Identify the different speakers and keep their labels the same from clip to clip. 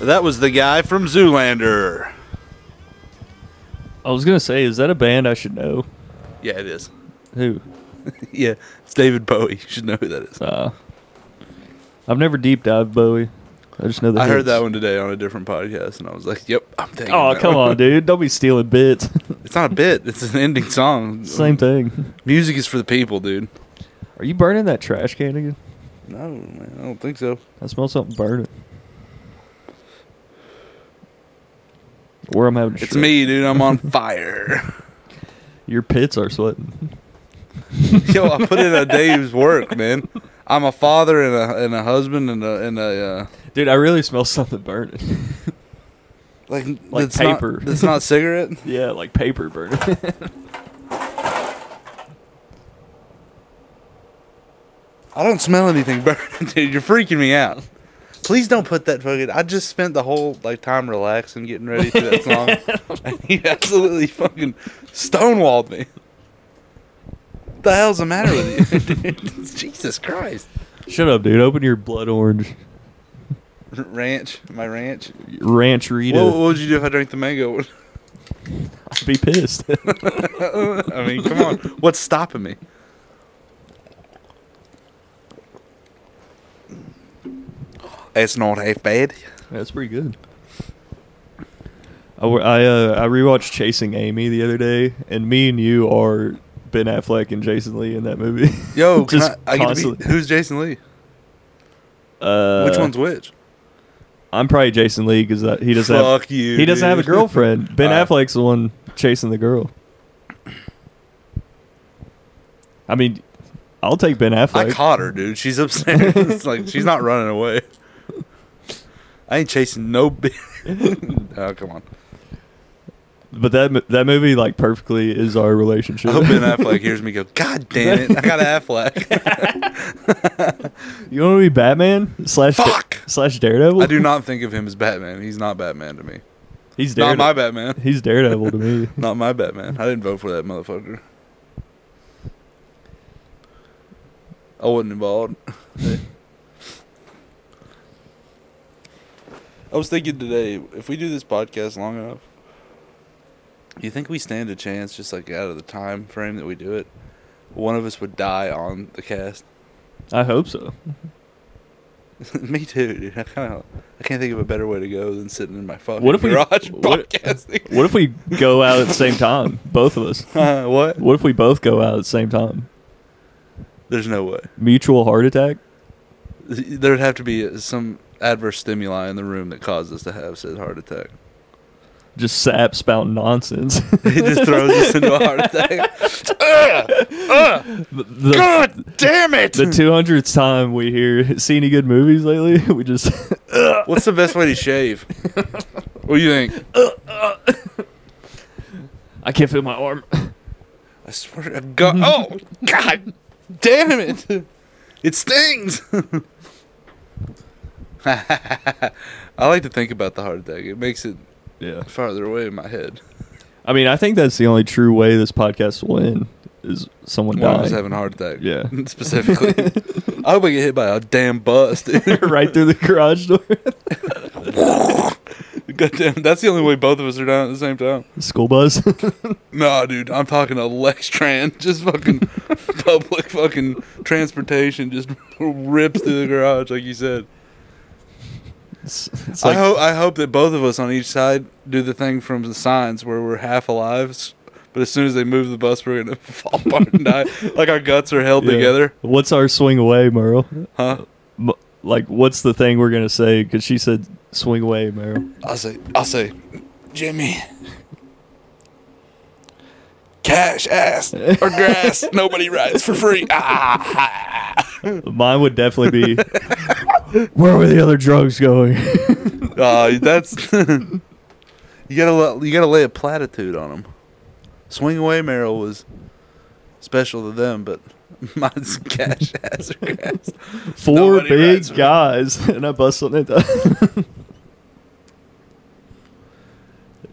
Speaker 1: That was the guy from Zoolander.
Speaker 2: I was gonna say, is that a band I should know?
Speaker 1: Yeah, it is.
Speaker 2: Who?
Speaker 1: Yeah, it's David Bowie. You should know who that is.
Speaker 2: Uh, I've never deep dived Bowie. I just know the
Speaker 1: I heard
Speaker 2: hits.
Speaker 1: that one today on a different podcast, and I was like, "Yep, I'm taking."
Speaker 2: Oh,
Speaker 1: that
Speaker 2: come
Speaker 1: one.
Speaker 2: on, dude! Don't be stealing bits.
Speaker 1: It's not a bit. It's an ending song.
Speaker 2: Same thing.
Speaker 1: Music is for the people, dude.
Speaker 2: Are you burning that trash can again?
Speaker 1: No, man, I don't think so.
Speaker 2: I smell something burning. Or I'm having. a
Speaker 1: It's
Speaker 2: stroke.
Speaker 1: me, dude. I'm on fire.
Speaker 2: Your pits are sweating.
Speaker 1: Yo, I put in a day's work, man. I'm a father and a and a husband and a and a uh,
Speaker 2: Dude, I really smell something burning.
Speaker 1: like
Speaker 2: Like
Speaker 1: it's not-
Speaker 2: paper.
Speaker 1: It's not cigarette.
Speaker 2: yeah, like paper burning.
Speaker 1: I don't smell anything burning, dude. You're freaking me out. Please don't put that fucking. I just spent the whole like time relaxing, getting ready to that song, and you absolutely fucking stonewalled me. What the hell's the matter with you, dude? Jesus Christ!
Speaker 2: Shut up, dude. Open your blood orange
Speaker 1: R- ranch, my ranch.
Speaker 2: ranch Rita.
Speaker 1: What, what would you do if I drank the mango? one?
Speaker 2: I'd be pissed.
Speaker 1: I mean, come on. What's stopping me? It's not half bad.
Speaker 2: That's pretty good. I wa- I, uh, I rewatched Chasing Amy the other day, and me and you are Ben Affleck and Jason Lee in that movie.
Speaker 1: Yo, can
Speaker 2: Just
Speaker 1: I, I get to be,
Speaker 2: constantly.
Speaker 1: who's Jason Lee?
Speaker 2: uh,
Speaker 1: which one's which?
Speaker 2: I'm probably Jason Lee because he doesn't have
Speaker 1: Fuck you.
Speaker 2: he doesn't have a
Speaker 1: dude.
Speaker 2: girlfriend. Ben
Speaker 1: Alright.
Speaker 2: Affleck's the one chasing the girl. I mean, I'll take Ben
Speaker 1: I
Speaker 2: Affleck.
Speaker 1: caught her, dude. She's upstairs. it's like she's not running away. I ain't chasing no bitch. oh come on.
Speaker 2: But that mo- that movie like perfectly is our relationship.
Speaker 1: I hope Ben Affleck hears me go. God damn it! I got Affleck.
Speaker 2: you want to be Batman slash Da-
Speaker 1: Fuck!
Speaker 2: slash Daredevil?
Speaker 1: I do not think of him as Batman. He's not Batman to me.
Speaker 2: He's
Speaker 1: Not
Speaker 2: Daredevil.
Speaker 1: my Batman.
Speaker 2: He's Daredevil to me.
Speaker 1: Not my Batman. I didn't vote for that motherfucker. I wasn't involved. I was thinking today, if we do this podcast long enough, you think we stand a chance just like out of the time frame that we do it? One of us would die on the cast.
Speaker 2: I hope so.
Speaker 1: Me too, dude. I kind of I can't think of a better way to go than sitting in my fucking
Speaker 2: What if we-
Speaker 1: garage
Speaker 2: what-
Speaker 1: podcasting.
Speaker 2: What if we go out at the same time, both of us?
Speaker 1: Uh, what?
Speaker 2: What if we both go out at the same time?
Speaker 1: There's no way.
Speaker 2: Mutual heart attack?
Speaker 1: There would have to be some adverse stimuli in the room that caused us to have said heart attack.
Speaker 2: Just sap spouting nonsense.
Speaker 1: It just throws us into a heart attack. Ugh! Ugh!
Speaker 2: the,
Speaker 1: God damn it!
Speaker 2: the 200th time we hear, see any good movies lately? We just,
Speaker 1: What's the best way to shave? What do you think?
Speaker 2: I can't feel my arm.
Speaker 1: I swear to God. Oh, God damn it. It stings. I like to think about the heart attack. It makes it
Speaker 2: Yeah.
Speaker 1: farther away in my head.
Speaker 2: I mean, I think that's the only true way this podcast will end is someone
Speaker 1: When I was
Speaker 2: dying
Speaker 1: having a heart attack.
Speaker 2: Yeah.
Speaker 1: Specifically. I hope I get hit by a damn bus, dude.
Speaker 2: right through the garage door.
Speaker 1: Goddamn, that's the only way both of us are down at the same time.
Speaker 2: School bus.
Speaker 1: Nah, dude, I'm talking Electran, just fucking public fucking transportation, just rips through the garage, like you said.
Speaker 2: It's, it's like,
Speaker 1: I hope I hope that both of us on each side do the thing from the signs where we're half alive, s- but as soon as they move the bus, we're gonna fall apart and die. Like our guts are held
Speaker 2: yeah.
Speaker 1: together,
Speaker 2: What's our swing away, Merle?
Speaker 1: huh?
Speaker 2: M- like, what's the thing we're gonna say? Because she said swing away, Merle.
Speaker 1: I'll say, I'll say, Jimmy, cash ass or grass. Nobody rides for free. Ah.
Speaker 2: Mine would definitely be. Where were the other drugs going?
Speaker 1: Uh, that's you gotta let- you gotta lay a platitude on them. Swing away, Merrill was special to them, but mine's cash ass or grass.
Speaker 2: Four
Speaker 1: Nobody rides
Speaker 2: big
Speaker 1: with-
Speaker 2: guys, and I bust on it.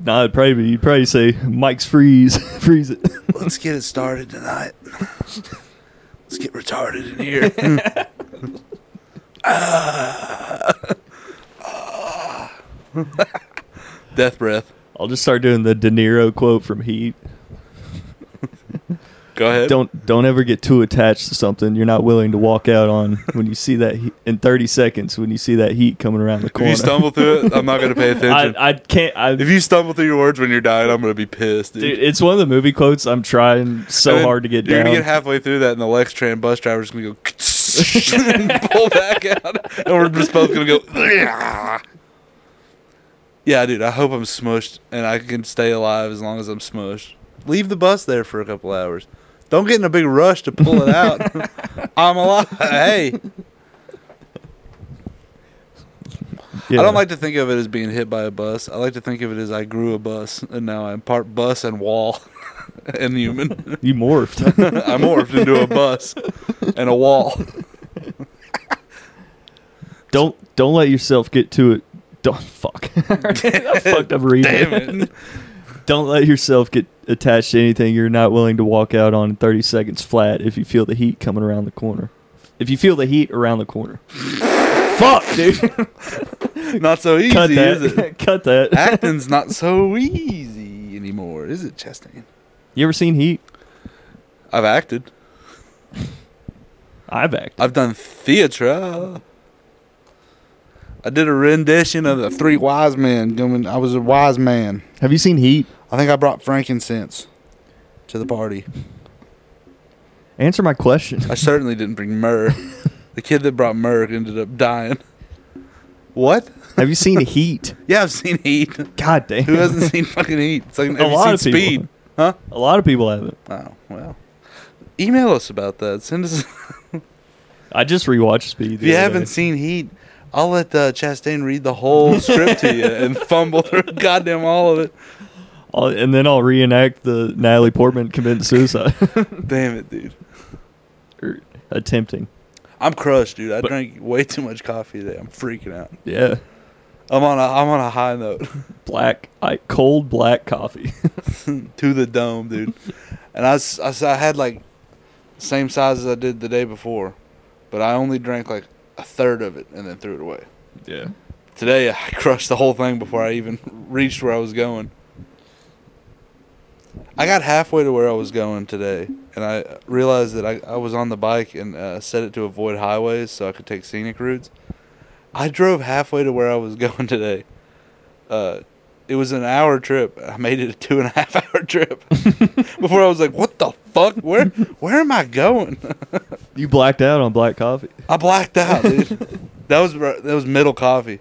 Speaker 2: nah, it'd probably be, you'd probably say Mike's freeze, freeze it.
Speaker 1: Let's get it started tonight. Let's get retarded in here. ah. Ah. Death breath.
Speaker 2: I'll just start doing the De Niro quote from Heat.
Speaker 1: Go ahead.
Speaker 2: Don't don't ever get too attached to something you're not willing to walk out on when you see that heat, in 30 seconds when you see that heat coming around the
Speaker 1: If
Speaker 2: corner.
Speaker 1: you stumble through it, I'm not gonna pay
Speaker 2: I,
Speaker 1: attention.
Speaker 2: I can't. I,
Speaker 1: if you stumble through your words when you're dying, I'm gonna be pissed, dude.
Speaker 2: dude, it's one of the movie quotes I'm trying so
Speaker 1: And then
Speaker 2: hard to get
Speaker 1: You're
Speaker 2: down.
Speaker 1: gonna get halfway through that, and the Lex train bus driver's gonna go and pull back out, and we're just both gonna go. Yeah, dude. I hope I'm smushed, and I can stay alive as long as I'm smushed. Leave the bus there for a couple hours. Don't get in a big rush to pull it out. I'm alive. Hey,
Speaker 2: Yeah.
Speaker 1: I don't like to think of it as being hit by a bus. I like to think of it as I grew a bus, and now I'm part bus and wall and human.
Speaker 2: you morphed.
Speaker 1: I morphed into a bus and a wall.
Speaker 2: don't don't let yourself get to it. Don't fuck. I fucked up reading.
Speaker 1: Damn it.
Speaker 2: Don't let yourself get attached to anything you're not willing to walk out on in 30 seconds flat if you feel the heat coming around the corner. If you feel the heat around the corner. Fuck, dude.
Speaker 1: Not so easy,
Speaker 2: Cut
Speaker 1: is it? Ah.
Speaker 2: that. Cut that.
Speaker 1: Acting's not so easy anymore, is it, Chastain?
Speaker 2: You ever seen Heat?
Speaker 1: I've acted.
Speaker 2: I've acted.
Speaker 1: I've done theater. I did a rendition of the Three Wise Men. Coming, I was a wise man.
Speaker 2: Have you seen Heat?
Speaker 1: I think I brought frankincense to the party.
Speaker 2: Answer my question.
Speaker 1: I certainly didn't bring myrrh. The kid that brought myrrh ended up dying. What?
Speaker 2: Have you seen Heat?
Speaker 1: Yeah, I've seen Heat.
Speaker 2: God damn.
Speaker 1: Who hasn't seen fucking Heat? It's like, have
Speaker 2: A
Speaker 1: you
Speaker 2: lot
Speaker 1: seen
Speaker 2: of people.
Speaker 1: Speed? Huh?
Speaker 2: A lot of people haven't.
Speaker 1: Oh, well. Email us about that. Send us.
Speaker 2: I just rewatched Speed.
Speaker 1: If you haven't seen Heat, I'll let uh, Chastain read the whole script to you and fumble through goddamn all of it.
Speaker 2: I'll, and then I'll reenact the Natalie Portman committing suicide.
Speaker 1: Damn it, dude.
Speaker 2: Or attempting.
Speaker 1: I'm crushed, dude. I
Speaker 2: But-
Speaker 1: drank way too much coffee today. I'm freaking out.
Speaker 2: Yeah.
Speaker 1: I'm on a I'm on a high note
Speaker 2: Black, I, cold black coffee.
Speaker 1: to the dome, dude. And I, s- I s- I had like same size as I did the day before, but I only drank like a third of it and then threw it away.
Speaker 2: yeah.
Speaker 1: Today I crushed the whole thing before I even reached where I was going. I got halfway to where I was going today, and I realized that I, I was on the bike and uh, set it to avoid highways so I could take scenic routes. I drove halfway to where I was going today. Uh, it was an hour trip. I made it a two and a half hour trip before I was like, "What the fuck? Where where am I going?"
Speaker 2: You blacked out on black coffee.
Speaker 1: I blacked out, dude. that was r- that was middle coffee,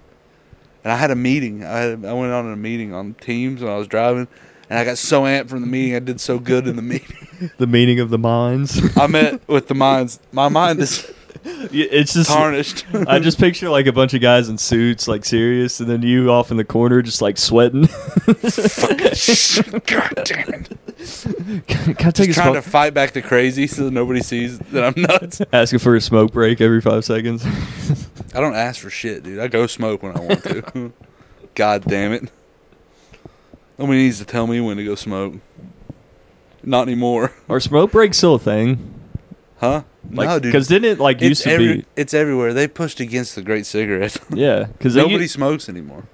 Speaker 1: and I had a meeting. I had, I went on a meeting on Teams when I was driving, and I got so amped from the meeting. I did so good in the meeting.
Speaker 2: The meaning of the minds.
Speaker 1: I met with the minds. My mind is
Speaker 2: it's just.
Speaker 1: tarnished.
Speaker 2: I just picture like a bunch of guys in suits, like serious, and then you off in the corner, just like sweating.
Speaker 1: God damn it!
Speaker 2: Can I take
Speaker 1: Just
Speaker 2: a
Speaker 1: trying to
Speaker 2: smoke?
Speaker 1: fight back the crazy so that nobody sees that I'm nuts.
Speaker 2: Asking for a smoke break every five seconds.
Speaker 1: I don't ask for shit, dude. I go smoke when I want to. God damn it! Nobody needs to tell me when to go smoke. Not anymore,
Speaker 2: Are smoke breaks still a thing?
Speaker 1: huh?
Speaker 2: Like,
Speaker 1: no, dude.
Speaker 2: Because didn't it like used
Speaker 1: It's,
Speaker 2: to
Speaker 1: every,
Speaker 2: be?
Speaker 1: it's everywhere. They pushed against the great cigarette.
Speaker 2: Yeah, because
Speaker 1: Nobody smokes anymore.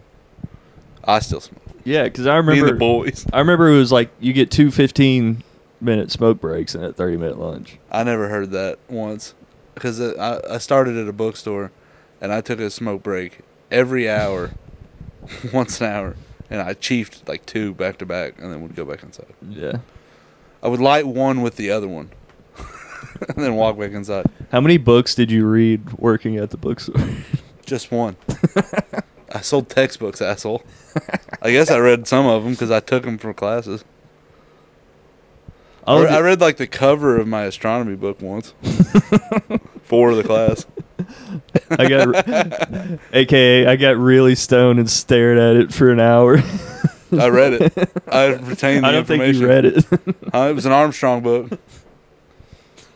Speaker 1: I still smoke.
Speaker 2: Yeah, because I
Speaker 1: Me and the
Speaker 2: remember.
Speaker 1: boys.
Speaker 2: I remember it was like you get two 15 minute smoke breaks and a 30 minute lunch.
Speaker 1: I never heard that once because I, I started at a bookstore and I took a smoke break every hour, once an hour, and I chiefed like two back to back and then would go back inside.
Speaker 2: Yeah.
Speaker 1: I would light one with the other one and then walk back inside.
Speaker 2: How many books did you read working at the bookstore?
Speaker 1: Just one. I sold textbooks, asshole. I guess I read some of them because I took them for classes. I,
Speaker 2: Oh,
Speaker 1: re- I read like the cover of my astronomy book once for the class.
Speaker 2: I got, AKA, I got really stoned and stared at it for an hour.
Speaker 1: I read it. I retained the
Speaker 2: I don't think
Speaker 1: information.
Speaker 2: you read it.
Speaker 1: Uh, it was an Armstrong book.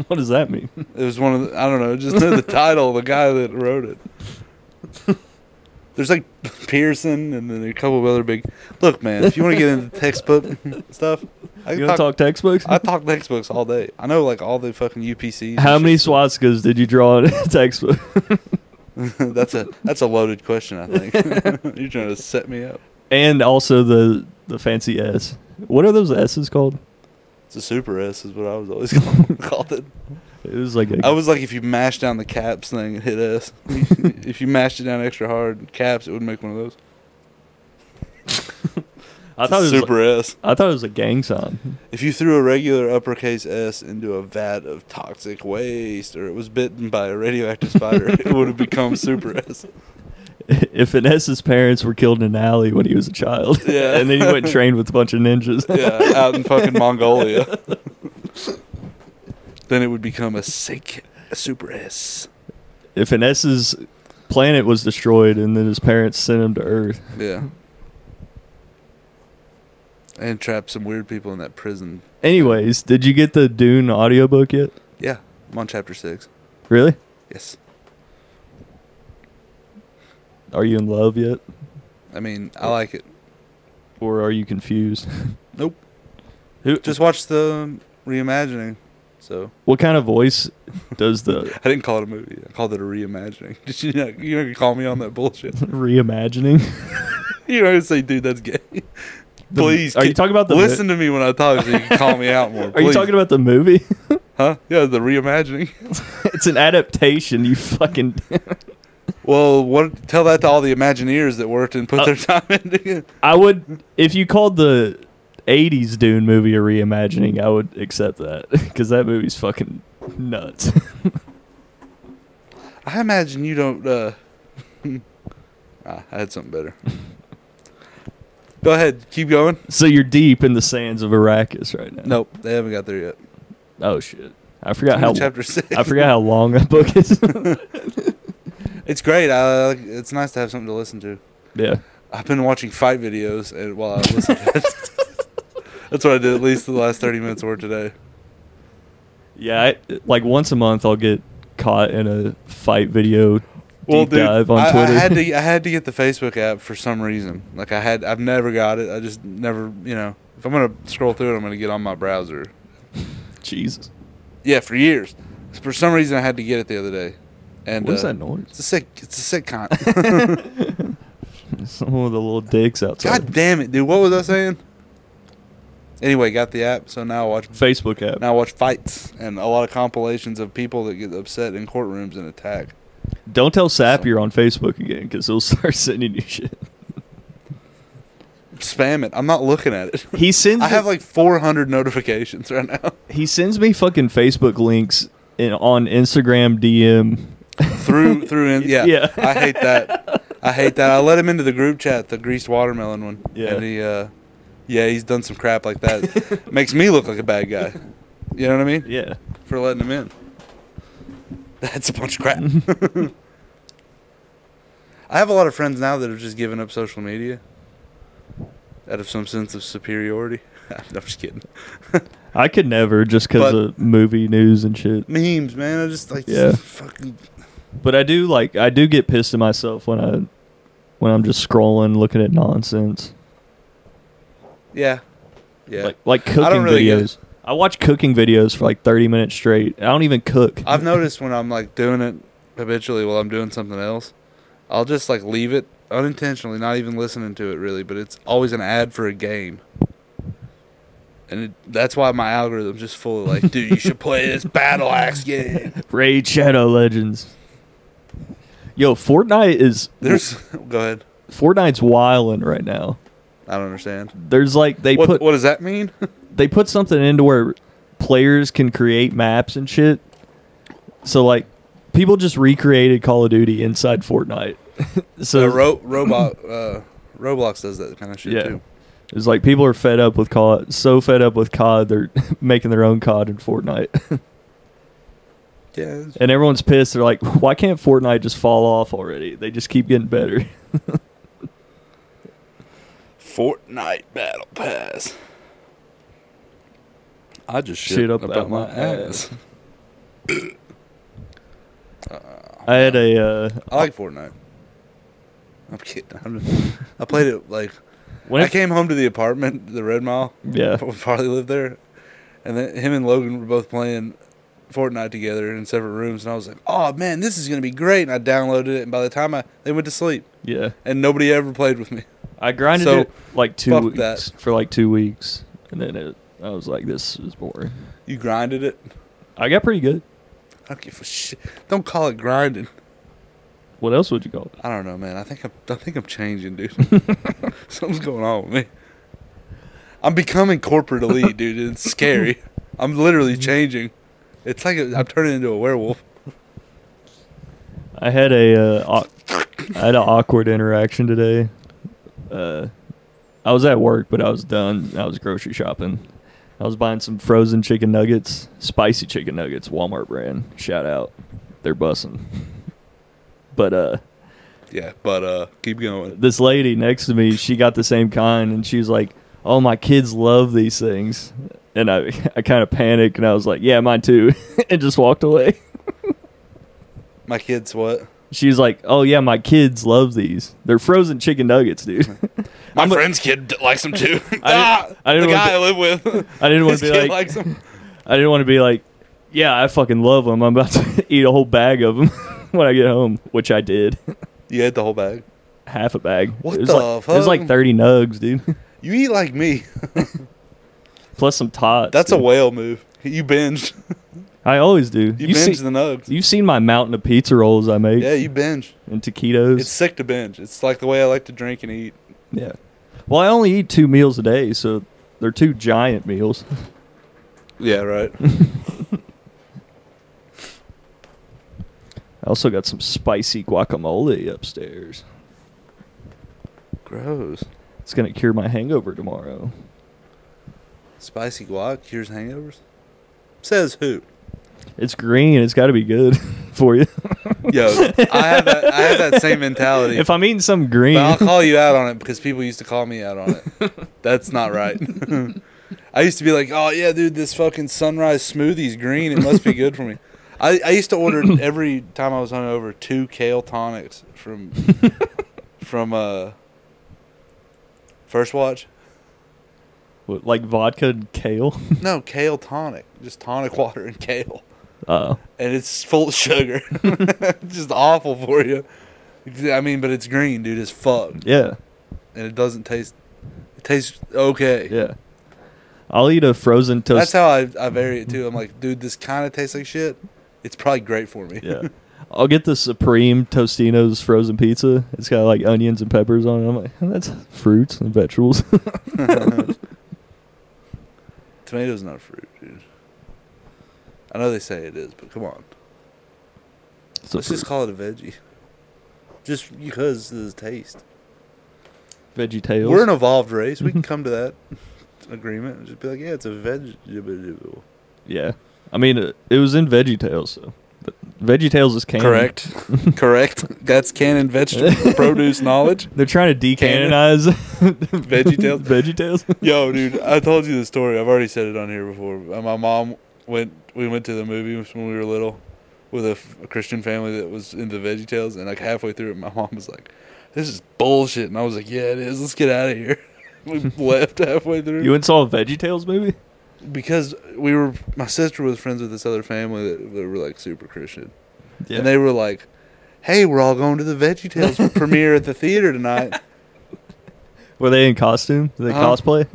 Speaker 2: what does that mean?
Speaker 1: It was one of the, I don't know, just know the title, the guy that wrote it. There's like Pearson and then a couple of other big. Look, man, if you want to get into textbook stuff, I can
Speaker 2: You want to
Speaker 1: talk,
Speaker 2: talk textbooks?
Speaker 1: I talk textbooks all day. I know like all the fucking UPCs. and
Speaker 2: How
Speaker 1: shit.
Speaker 2: many swastikas did you draw in a textbook?
Speaker 1: that's a that's a loaded question. I think you're trying to set me up.
Speaker 2: And also the the fancy S. What are those S's called?
Speaker 1: It's a super S is what I was always called- called it.
Speaker 2: It was like a
Speaker 1: I was like, if you mash down the caps thing, it hit S. if you mashed it down extra hard, caps, it would make one of those.
Speaker 2: I
Speaker 1: It's
Speaker 2: thought
Speaker 1: a
Speaker 2: it was
Speaker 1: super S.
Speaker 2: I thought it was a gang sign.
Speaker 1: If you threw a regular uppercase S into a vat of toxic waste, or it was bitten by a radioactive spider, it would have become super S.
Speaker 2: If Vanessa's parents were killed in an alley when he was a child,
Speaker 1: Yeah.
Speaker 2: and then he went and trained with a bunch of ninjas,
Speaker 1: Yeah, out in fucking Mongolia. then it would become a sick a super S.
Speaker 2: if Vanessa's planet was destroyed and then his parents sent him to Earth,
Speaker 1: Yeah. And trap some weird people in that prison.
Speaker 2: anyways, did you get the Dune audiobook yet?
Speaker 1: Yeah, I'm on chapter six.
Speaker 2: Really?
Speaker 1: Yes.
Speaker 2: Are you in love yet,
Speaker 1: I mean, I like it.
Speaker 2: or are you confused?
Speaker 1: Nope.
Speaker 2: Who?
Speaker 1: Just watch the reimagining. So
Speaker 2: what kind of voice does the
Speaker 1: I didn't call it a movie. I called it a reimagining. Did you not, you not gonna call me on that bullshit?
Speaker 2: reimagining?
Speaker 1: You're not gonna say, dude, that's gay.
Speaker 2: The-
Speaker 1: Please,
Speaker 2: are you
Speaker 1: keep-
Speaker 2: talking about the? mo-
Speaker 1: Listen to me when I talk, so you can call me out more.
Speaker 2: are you
Speaker 1: please.
Speaker 2: talking about the movie?
Speaker 1: Huh? Yeah, the reimagining.
Speaker 2: it's an adaptation. You fucking.
Speaker 1: Well, what? Tell that to all the Imagineers that worked and put
Speaker 2: Uh,
Speaker 1: their time into it.
Speaker 2: I would if you called the '80s Dune movie a reimagining. I would accept that because that movie's fucking nuts.
Speaker 1: I imagine you don't. Uh, ah, I had something better. Go ahead, keep going.
Speaker 2: so you're deep in the sands of Arrakis right now.
Speaker 1: Nope, they haven't got there yet.
Speaker 2: Oh shit! I forgot
Speaker 1: I'm
Speaker 2: how
Speaker 1: in chapter six.
Speaker 2: I forgot how long that book is.
Speaker 1: It's great. I, like- it's nice to have something to listen to.
Speaker 2: yeah.
Speaker 1: I've been watching fight videos and while I listen to it. That's what I did at least the last 30 minutes or today.
Speaker 2: Yeah, I, like once a month I'll get caught in a fight video deep
Speaker 1: Well, dude,
Speaker 2: dive on
Speaker 1: I, I
Speaker 2: Twitter.
Speaker 1: had to I had to get the Facebook app for some reason. Like I had I've never got it. I just never, you know, if I'm going to scroll through it, I'm going to get on my browser.
Speaker 2: Jesus,
Speaker 1: Yeah, for years. For some reason I had to get it the other day. And
Speaker 2: what is
Speaker 1: uh,
Speaker 2: that noise?
Speaker 1: It's a sick it's a sick con.
Speaker 2: Some of the little dicks outside.
Speaker 1: God damn it, dude. What was I saying? Anyway, got the app, so now I watch
Speaker 2: Facebook app.
Speaker 1: Now I watch fights and a lot of compilations of people that get upset in courtrooms and attack.
Speaker 2: Don't tell Sap you're on Facebook again because he'll start sending you shit.
Speaker 1: Spam it. I'm not looking at it.
Speaker 2: He sends.
Speaker 1: I have
Speaker 2: me-
Speaker 1: like 400 notifications right now
Speaker 2: he sends me fucking Facebook links in, on Instagram DM.
Speaker 1: through through in, yeah.
Speaker 2: Yeah.
Speaker 1: I hate that. I hate that. I let him into the group chat, the greased watermelon one.
Speaker 2: Yeah.
Speaker 1: And he uh yeah, he's done some crap like that. Makes me look like a bad guy. You know what I mean?
Speaker 2: Yeah,
Speaker 1: For letting him in. That's a bunch of crap. I have a lot of friends now that have just given up social media out of some sense of superiority. I'm just kidding.
Speaker 2: I could never just because
Speaker 1: But-
Speaker 2: of movie news and shit.
Speaker 1: Memes, man. I just like
Speaker 2: Yeah.
Speaker 1: fucking
Speaker 2: But I do like I do get pissed at myself when I when I'm just scrolling looking at nonsense.
Speaker 1: yeah, yeah.
Speaker 2: Like like cooking
Speaker 1: really get it.
Speaker 2: videos. I watch cooking videos for like 30 minutes straight. I don't even cook.
Speaker 1: I've noticed when I'm like doing it habitually while I'm doing something else, I'll just like leave it unintentionally, not even listening to it really. But it's always an ad for a game, and it, that's why my algorithm's just full of like, dude, you should play this battle axe game.
Speaker 2: Raid Shadow Legends. Yo, Fortnite is
Speaker 1: There's go ahead.
Speaker 2: Fortnite's wildin' right now.
Speaker 1: I don't understand.
Speaker 2: There's like they
Speaker 1: what
Speaker 2: put
Speaker 1: what does that mean?
Speaker 2: they put something into where players can create maps and shit. So like people just recreated Call of Duty inside Fortnite. so
Speaker 1: Uh, Ro- robot uh, Roblox does that kind of shit
Speaker 2: Yeah.
Speaker 1: too.
Speaker 2: it's like people are fed up with COD, so fed up with COD they're making their own COD in Fortnite.
Speaker 1: Yeah, it's-
Speaker 2: and everyone's pissed. They're like, "Why can't Fortnite just fall off already? They just keep getting better."
Speaker 1: Fortnite Battle Pass. I just shit,
Speaker 2: Shit
Speaker 1: up
Speaker 2: up
Speaker 1: about,
Speaker 2: out
Speaker 1: my
Speaker 2: my
Speaker 1: ass.
Speaker 2: I had a uh,
Speaker 1: I like Fortnite. I'm kidding. I'm just, I played it like
Speaker 2: when
Speaker 1: I
Speaker 2: it,
Speaker 1: came home to the apartment, the Red Mile.
Speaker 2: yeah.
Speaker 1: We probably lived there, and then him and Logan were both playing Fortnite together in separate rooms, and I was like, "Oh man, this is gonna be great!" And I downloaded it, and by the time I they went to sleep,
Speaker 2: Yeah.
Speaker 1: and nobody ever played with me.
Speaker 2: I grinded
Speaker 1: So,
Speaker 2: it like two
Speaker 1: fuck
Speaker 2: weeks
Speaker 1: that.
Speaker 2: for like two weeks, and then it, I was like, "This is boring."
Speaker 1: You grinded it.
Speaker 2: I got pretty good.
Speaker 1: I don't give a shit. Don't call it grinding.
Speaker 2: What else would you call it?
Speaker 1: I don't know, man. I think I'm, I think I'm changing, dude. Something's going on with me. I'm becoming corporate elite, dude. and It's scary. I'm literally changing. It's like a, I'm turning into a werewolf.
Speaker 2: I had a uh, au- I had an awkward interaction today. Uh, I was at work, but I was done. I was grocery shopping. I was buying some frozen chicken nuggets, spicy chicken nuggets, Walmart brand. Shout out, they're bussing. But uh,
Speaker 1: Yeah, but uh, keep going.
Speaker 2: this lady next to me, she got the same kind, and she was like, "Oh, my kids love these things," and I, I kind of panicked, and I was like, "Yeah, mine too," and just walked away.
Speaker 1: My kids, what?
Speaker 2: She was like, "Oh yeah, my kids love these. They're frozen chicken nuggets, dude."
Speaker 1: My
Speaker 2: I'm a-
Speaker 1: friend's kid d- likes them too. Ah,
Speaker 2: I didn't- I didn't
Speaker 1: the
Speaker 2: want
Speaker 1: guy
Speaker 2: to-
Speaker 1: I live with.
Speaker 2: I didn't
Speaker 1: his
Speaker 2: want to be
Speaker 1: kid
Speaker 2: like,
Speaker 1: likes them.
Speaker 2: I didn't want to be like, "Yeah, I fucking love them. I'm about to eat a whole bag of them when I get home," which I did,
Speaker 1: You ate the whole bag.
Speaker 2: half a bag.
Speaker 1: What
Speaker 2: it was
Speaker 1: the
Speaker 2: like, It was like
Speaker 1: fuck?
Speaker 2: thirty nugs, dude,
Speaker 1: You eat like me.
Speaker 2: plus some tots.
Speaker 1: That's a
Speaker 2: dude.
Speaker 1: whale move. You binge.
Speaker 2: I always do.
Speaker 1: You,
Speaker 2: You
Speaker 1: binge
Speaker 2: see,
Speaker 1: the nugs.
Speaker 2: you've seen my mountain of pizza rolls I make
Speaker 1: yeah, you binge.
Speaker 2: and taquitos.
Speaker 1: It's sick to binge. It's like the way I like to drink and eat.
Speaker 2: Yeah. Well, I only eat two meals a day, so they're two giant meals.
Speaker 1: Yeah, right.
Speaker 2: I also got some spicy guacamole upstairs.
Speaker 1: Gross.
Speaker 2: It's gonna cure my hangover tomorrow.
Speaker 1: Spicy guac cures hangovers? Says who?
Speaker 2: It's green. It's got to be good for you.
Speaker 1: Yo, I have that, I have that same mentality.
Speaker 2: if I'm eating something
Speaker 1: Oh, but
Speaker 2: green,
Speaker 1: I'll call you out on it because people used to call me out on it. That's not right. I used to be like, oh, yeah, dude, this fucking sunrise smoothie's green. It must be good for me. I, I used to order every time I was hungover two kale tonics from from uh First Watch.
Speaker 2: What, like vodka and kale.
Speaker 1: No, kale tonic. Just tonic water and kale.
Speaker 2: Uh,
Speaker 1: and it's full of sugar. just awful for you. I mean, but it's green, dude. It's fuck,
Speaker 2: yeah,
Speaker 1: and it doesn't taste. It tastes okay.
Speaker 2: yeah. I'll eat a frozen
Speaker 1: That's
Speaker 2: toast.
Speaker 1: how I, I vary it too. I'm like, dude, this kind of tastes like shit. It's probably great for me.
Speaker 2: yeah. I'll get the Supreme Tostino's frozen pizza. It's got like onions and peppers on it. I'm like, that's fruits and vegetables.
Speaker 1: Tomato's not fruit, dude. I know they say it is, but come on.
Speaker 2: It's a
Speaker 1: Let's just
Speaker 2: fruit.
Speaker 1: call it a veggie. Just because of the taste.
Speaker 2: Veggie tails.
Speaker 1: We're an evolved race. We can come to that agreement and just be like, yeah, it's a vegetable.
Speaker 2: Yeah, I mean it, it was in VeggieTales, so but VeggieTales is canon.
Speaker 1: Correct. Correct. That's canon vegetable produce knowledge.
Speaker 2: They're trying to
Speaker 1: Canon.
Speaker 2: decanonize
Speaker 1: VeggieTales.
Speaker 2: VeggieTales.
Speaker 1: Yo, dude, I told you the story. I've already said it on here before. but My mom went. We went to the movies when we were little with a, f- a Christian family that was into VeggieTales, and like halfway through it, my mom was like, "This is bullshit," and I was like, "Yeah, it is. Let's get out of here." we left halfway through
Speaker 2: you went and saw a VeggieTales movie?
Speaker 1: because we were. My sister was friends with this other family that, that were like super Christian. And they were like, "Hey, we're all going to the VeggieTales premiere at the theater tonight."
Speaker 2: were they in costume? Did they
Speaker 1: Huh?
Speaker 2: cosplay?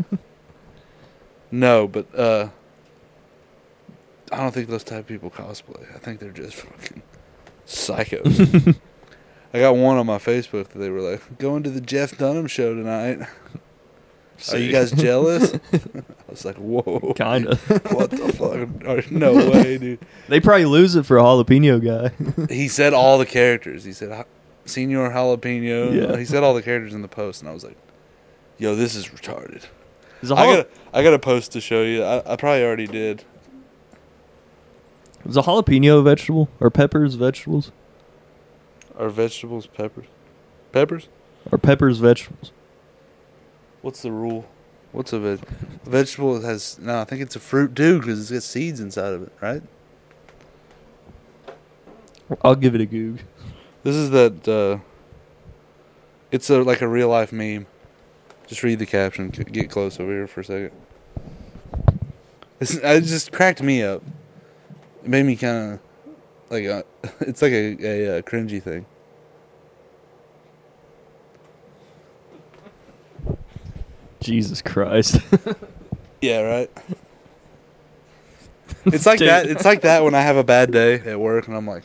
Speaker 1: No, but uh, I don't think those type of people cosplay. I think they're just fucking psychos. I got one on my Facebook that they were like, "Going to the Jeff Dunham show tonight. Are you guys jealous?" I was like, "Whoa,
Speaker 2: Kinda.
Speaker 1: what the fuck? No way, dude."
Speaker 2: they probably lose it for a jalapeno guy.
Speaker 1: he said all the characters. He said "Ha- Senor Jalapeno.
Speaker 2: Yeah.
Speaker 1: He said all the characters in the post, and I was like, "Yo, this is retarded."
Speaker 2: Is a,
Speaker 1: I
Speaker 2: jala-
Speaker 1: got I got a post to show you. I, I probably already did.
Speaker 2: is a jalapeno a vegetable or peppers vegetables
Speaker 1: Are vegetables peppers? Peppers?
Speaker 2: or peppers vegetables?
Speaker 1: What's the rule? What's a veg? a vegetable has no. I think it's a fruit too because it's got seeds inside of it, right?
Speaker 2: I'll give it a goog.
Speaker 1: This is that. Uh, it's a like a real life meme. Just read the caption. C- Get close over here for a second. This, it just cracked me up. It made me kind of like a, it's like a, a, uh cringy thing.
Speaker 2: Jesus Christ.
Speaker 1: Yeah, right. It's like
Speaker 2: Dude.
Speaker 1: that. It's like that when I have a bad day at work, and I'm like,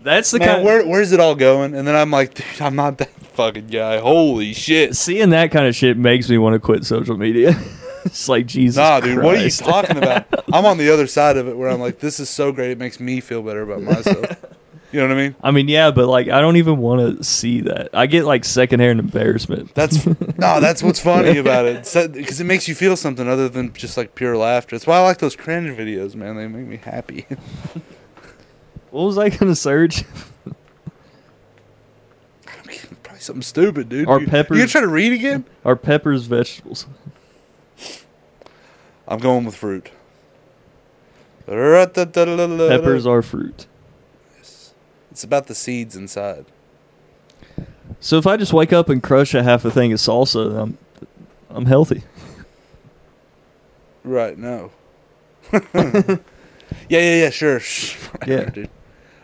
Speaker 2: That's the
Speaker 1: man,
Speaker 2: kind
Speaker 1: where, where's it all going? And then I'm like, dude, I'm not that fucking guy. Holy shit!
Speaker 2: seeing that kind of shit makes me want to quit social media. it's like Jesus.
Speaker 1: Nah, dude, what are you
Speaker 2: Christ.
Speaker 1: talking about? I'm on the other side of it, where I'm like, this is so great. It makes me feel better about myself. You know what I mean?
Speaker 2: I mean, yeah, but like, I don't even want to see that. I get like secondhand embarrassment.
Speaker 1: That's no, that's what's funny about it, because it makes you feel something other than just like pure laughter. That's why I like those cringe videos, man. They make me happy.
Speaker 2: What was I gonna search?
Speaker 1: Probably something stupid, dude.
Speaker 2: Are
Speaker 1: you,
Speaker 2: peppers-
Speaker 1: You gonna try to read again?
Speaker 2: Are peppers vegetables?
Speaker 1: I'm going with fruit. Peppers
Speaker 2: Peppers are fruit.
Speaker 1: It's about the seeds inside.
Speaker 2: So if I just wake up and crush a half a thing of salsa, then I'm I'm healthy.
Speaker 1: Right, no. yeah, yeah, yeah, sure. Shh, whatever,
Speaker 2: Yeah.
Speaker 1: dude.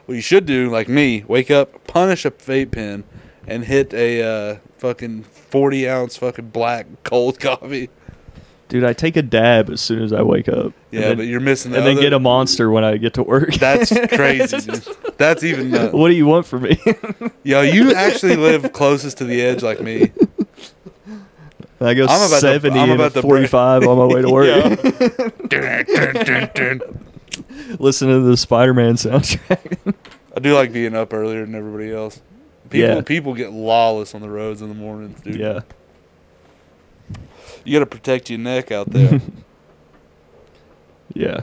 Speaker 1: What you should do, like me, wake up, punish a vape pen, and hit a uh, fucking 40 ounce fucking black cold coffee.
Speaker 2: Dude, I take a dab as soon as I wake up.
Speaker 1: Yeah,
Speaker 2: and then,
Speaker 1: but you're missing the
Speaker 2: and then
Speaker 1: other-
Speaker 2: get a monster when I get to work.
Speaker 1: That's crazy. dude. That's even nuts.
Speaker 2: what do you want from me?
Speaker 1: Yo, you actually live closest to the edge like me.
Speaker 2: I go
Speaker 1: I'm about to-
Speaker 2: 70
Speaker 1: I'm
Speaker 2: and
Speaker 1: about to break-
Speaker 2: 45 on my way to work.
Speaker 1: Dun, dun, dun, dun.
Speaker 2: Listen to the Spider-Man soundtrack.
Speaker 1: I do like being up earlier than everybody else. People
Speaker 2: Yeah.
Speaker 1: people get lawless on the roads in the mornings, dude.
Speaker 2: yeah.
Speaker 1: You gotta protect your neck out there.
Speaker 2: Yeah.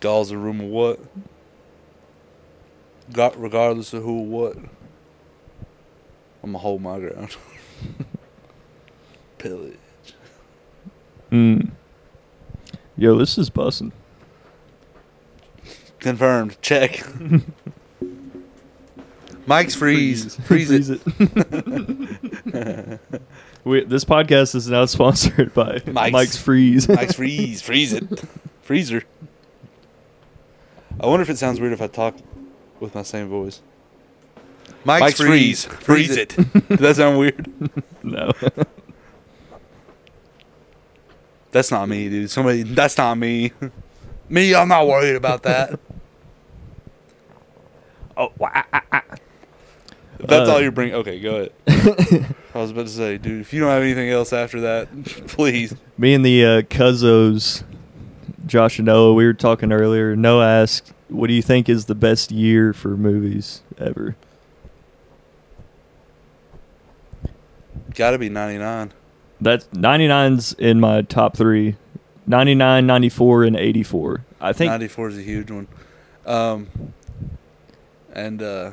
Speaker 1: Galls a room of what? Got regardless of who or what. I'ma hold my ground. Pillage.
Speaker 2: Mm. Yo, this is bussin'.
Speaker 1: Confirmed. Check. Mike's freeze. Freeze,
Speaker 2: Freeze
Speaker 1: it.
Speaker 2: it. we, this podcast is now sponsored by Mike's,
Speaker 1: Mike's.
Speaker 2: Freeze.
Speaker 1: Mike's freeze. Freeze it. Freezer. I wonder if it sounds weird if I talk with my same voice.
Speaker 3: Mike's,
Speaker 1: Mike's freeze. Freeze, it. Does that sound weird?
Speaker 2: no.
Speaker 1: That's not me, dude. Somebody, that's not me. me, I'm not worried about that.
Speaker 2: Oh,
Speaker 1: If that's
Speaker 2: Uh,
Speaker 1: all you bring. Okay, go ahead. I was about to say, dude, if you don't have anything else after that, please.
Speaker 2: Me and the uh, Cuzzos, Josh and Noah, we were talking earlier. Noah asked, "What do you think is the best year for movies ever?"
Speaker 1: Gotta be 99.
Speaker 2: That's 99's in my top three. 99, 94, and 84. I think
Speaker 1: 94 is a huge one. Um, and uh,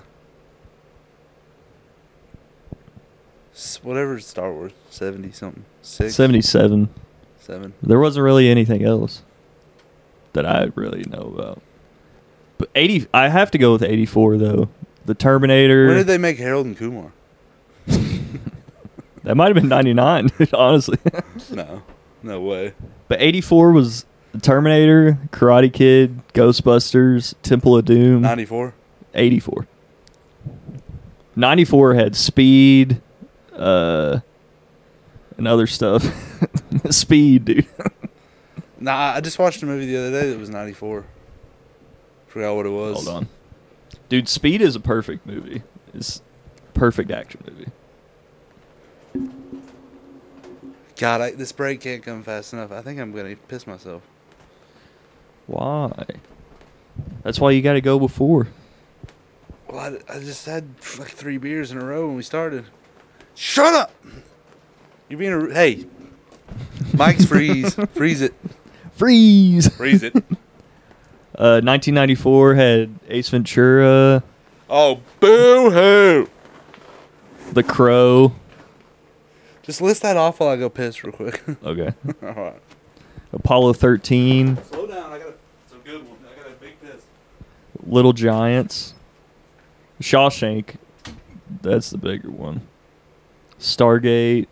Speaker 1: s- whatever Star Wars, 70 something. Six?
Speaker 2: 77.
Speaker 1: Seven.
Speaker 2: There wasn't really anything else that I really know about. But 80, I have to go with 84 though. The Terminator.
Speaker 1: When did they make Harold and Kumar?
Speaker 2: that might have been 99, dude, honestly.
Speaker 1: No. No way.
Speaker 2: But 84 was The Terminator, Karate Kid, Ghostbusters, Temple of Doom.
Speaker 1: 94?
Speaker 2: 84. 94 had Speed uh, and other stuff. speed, dude.
Speaker 1: Nah, I just watched a movie the other day that was 94. Forgot what it was.
Speaker 2: Hold on. Dude, Speed is a perfect movie. It's a perfect action movie.
Speaker 1: God, I, this break can't come fast enough. I think I'm going to piss myself.
Speaker 2: Why? That's why you got to go before.
Speaker 1: Well, I, I just had like three beers in a row when we started. Shut up! You're being a. r- Hey! Mike's freeze. freeze it.
Speaker 2: Freeze.
Speaker 1: Freeze it.
Speaker 2: Uh, 1994 had Ace Ventura,
Speaker 1: Oh, boo hoo!
Speaker 2: The Crow.
Speaker 1: Just list that off while I go piss real quick.
Speaker 2: Okay.
Speaker 1: Alright.
Speaker 2: Apollo 13,
Speaker 1: Slow down. I got a, it's a good one. I got a big piss.
Speaker 2: Little Giants, Shawshank. That's the bigger one. Stargate.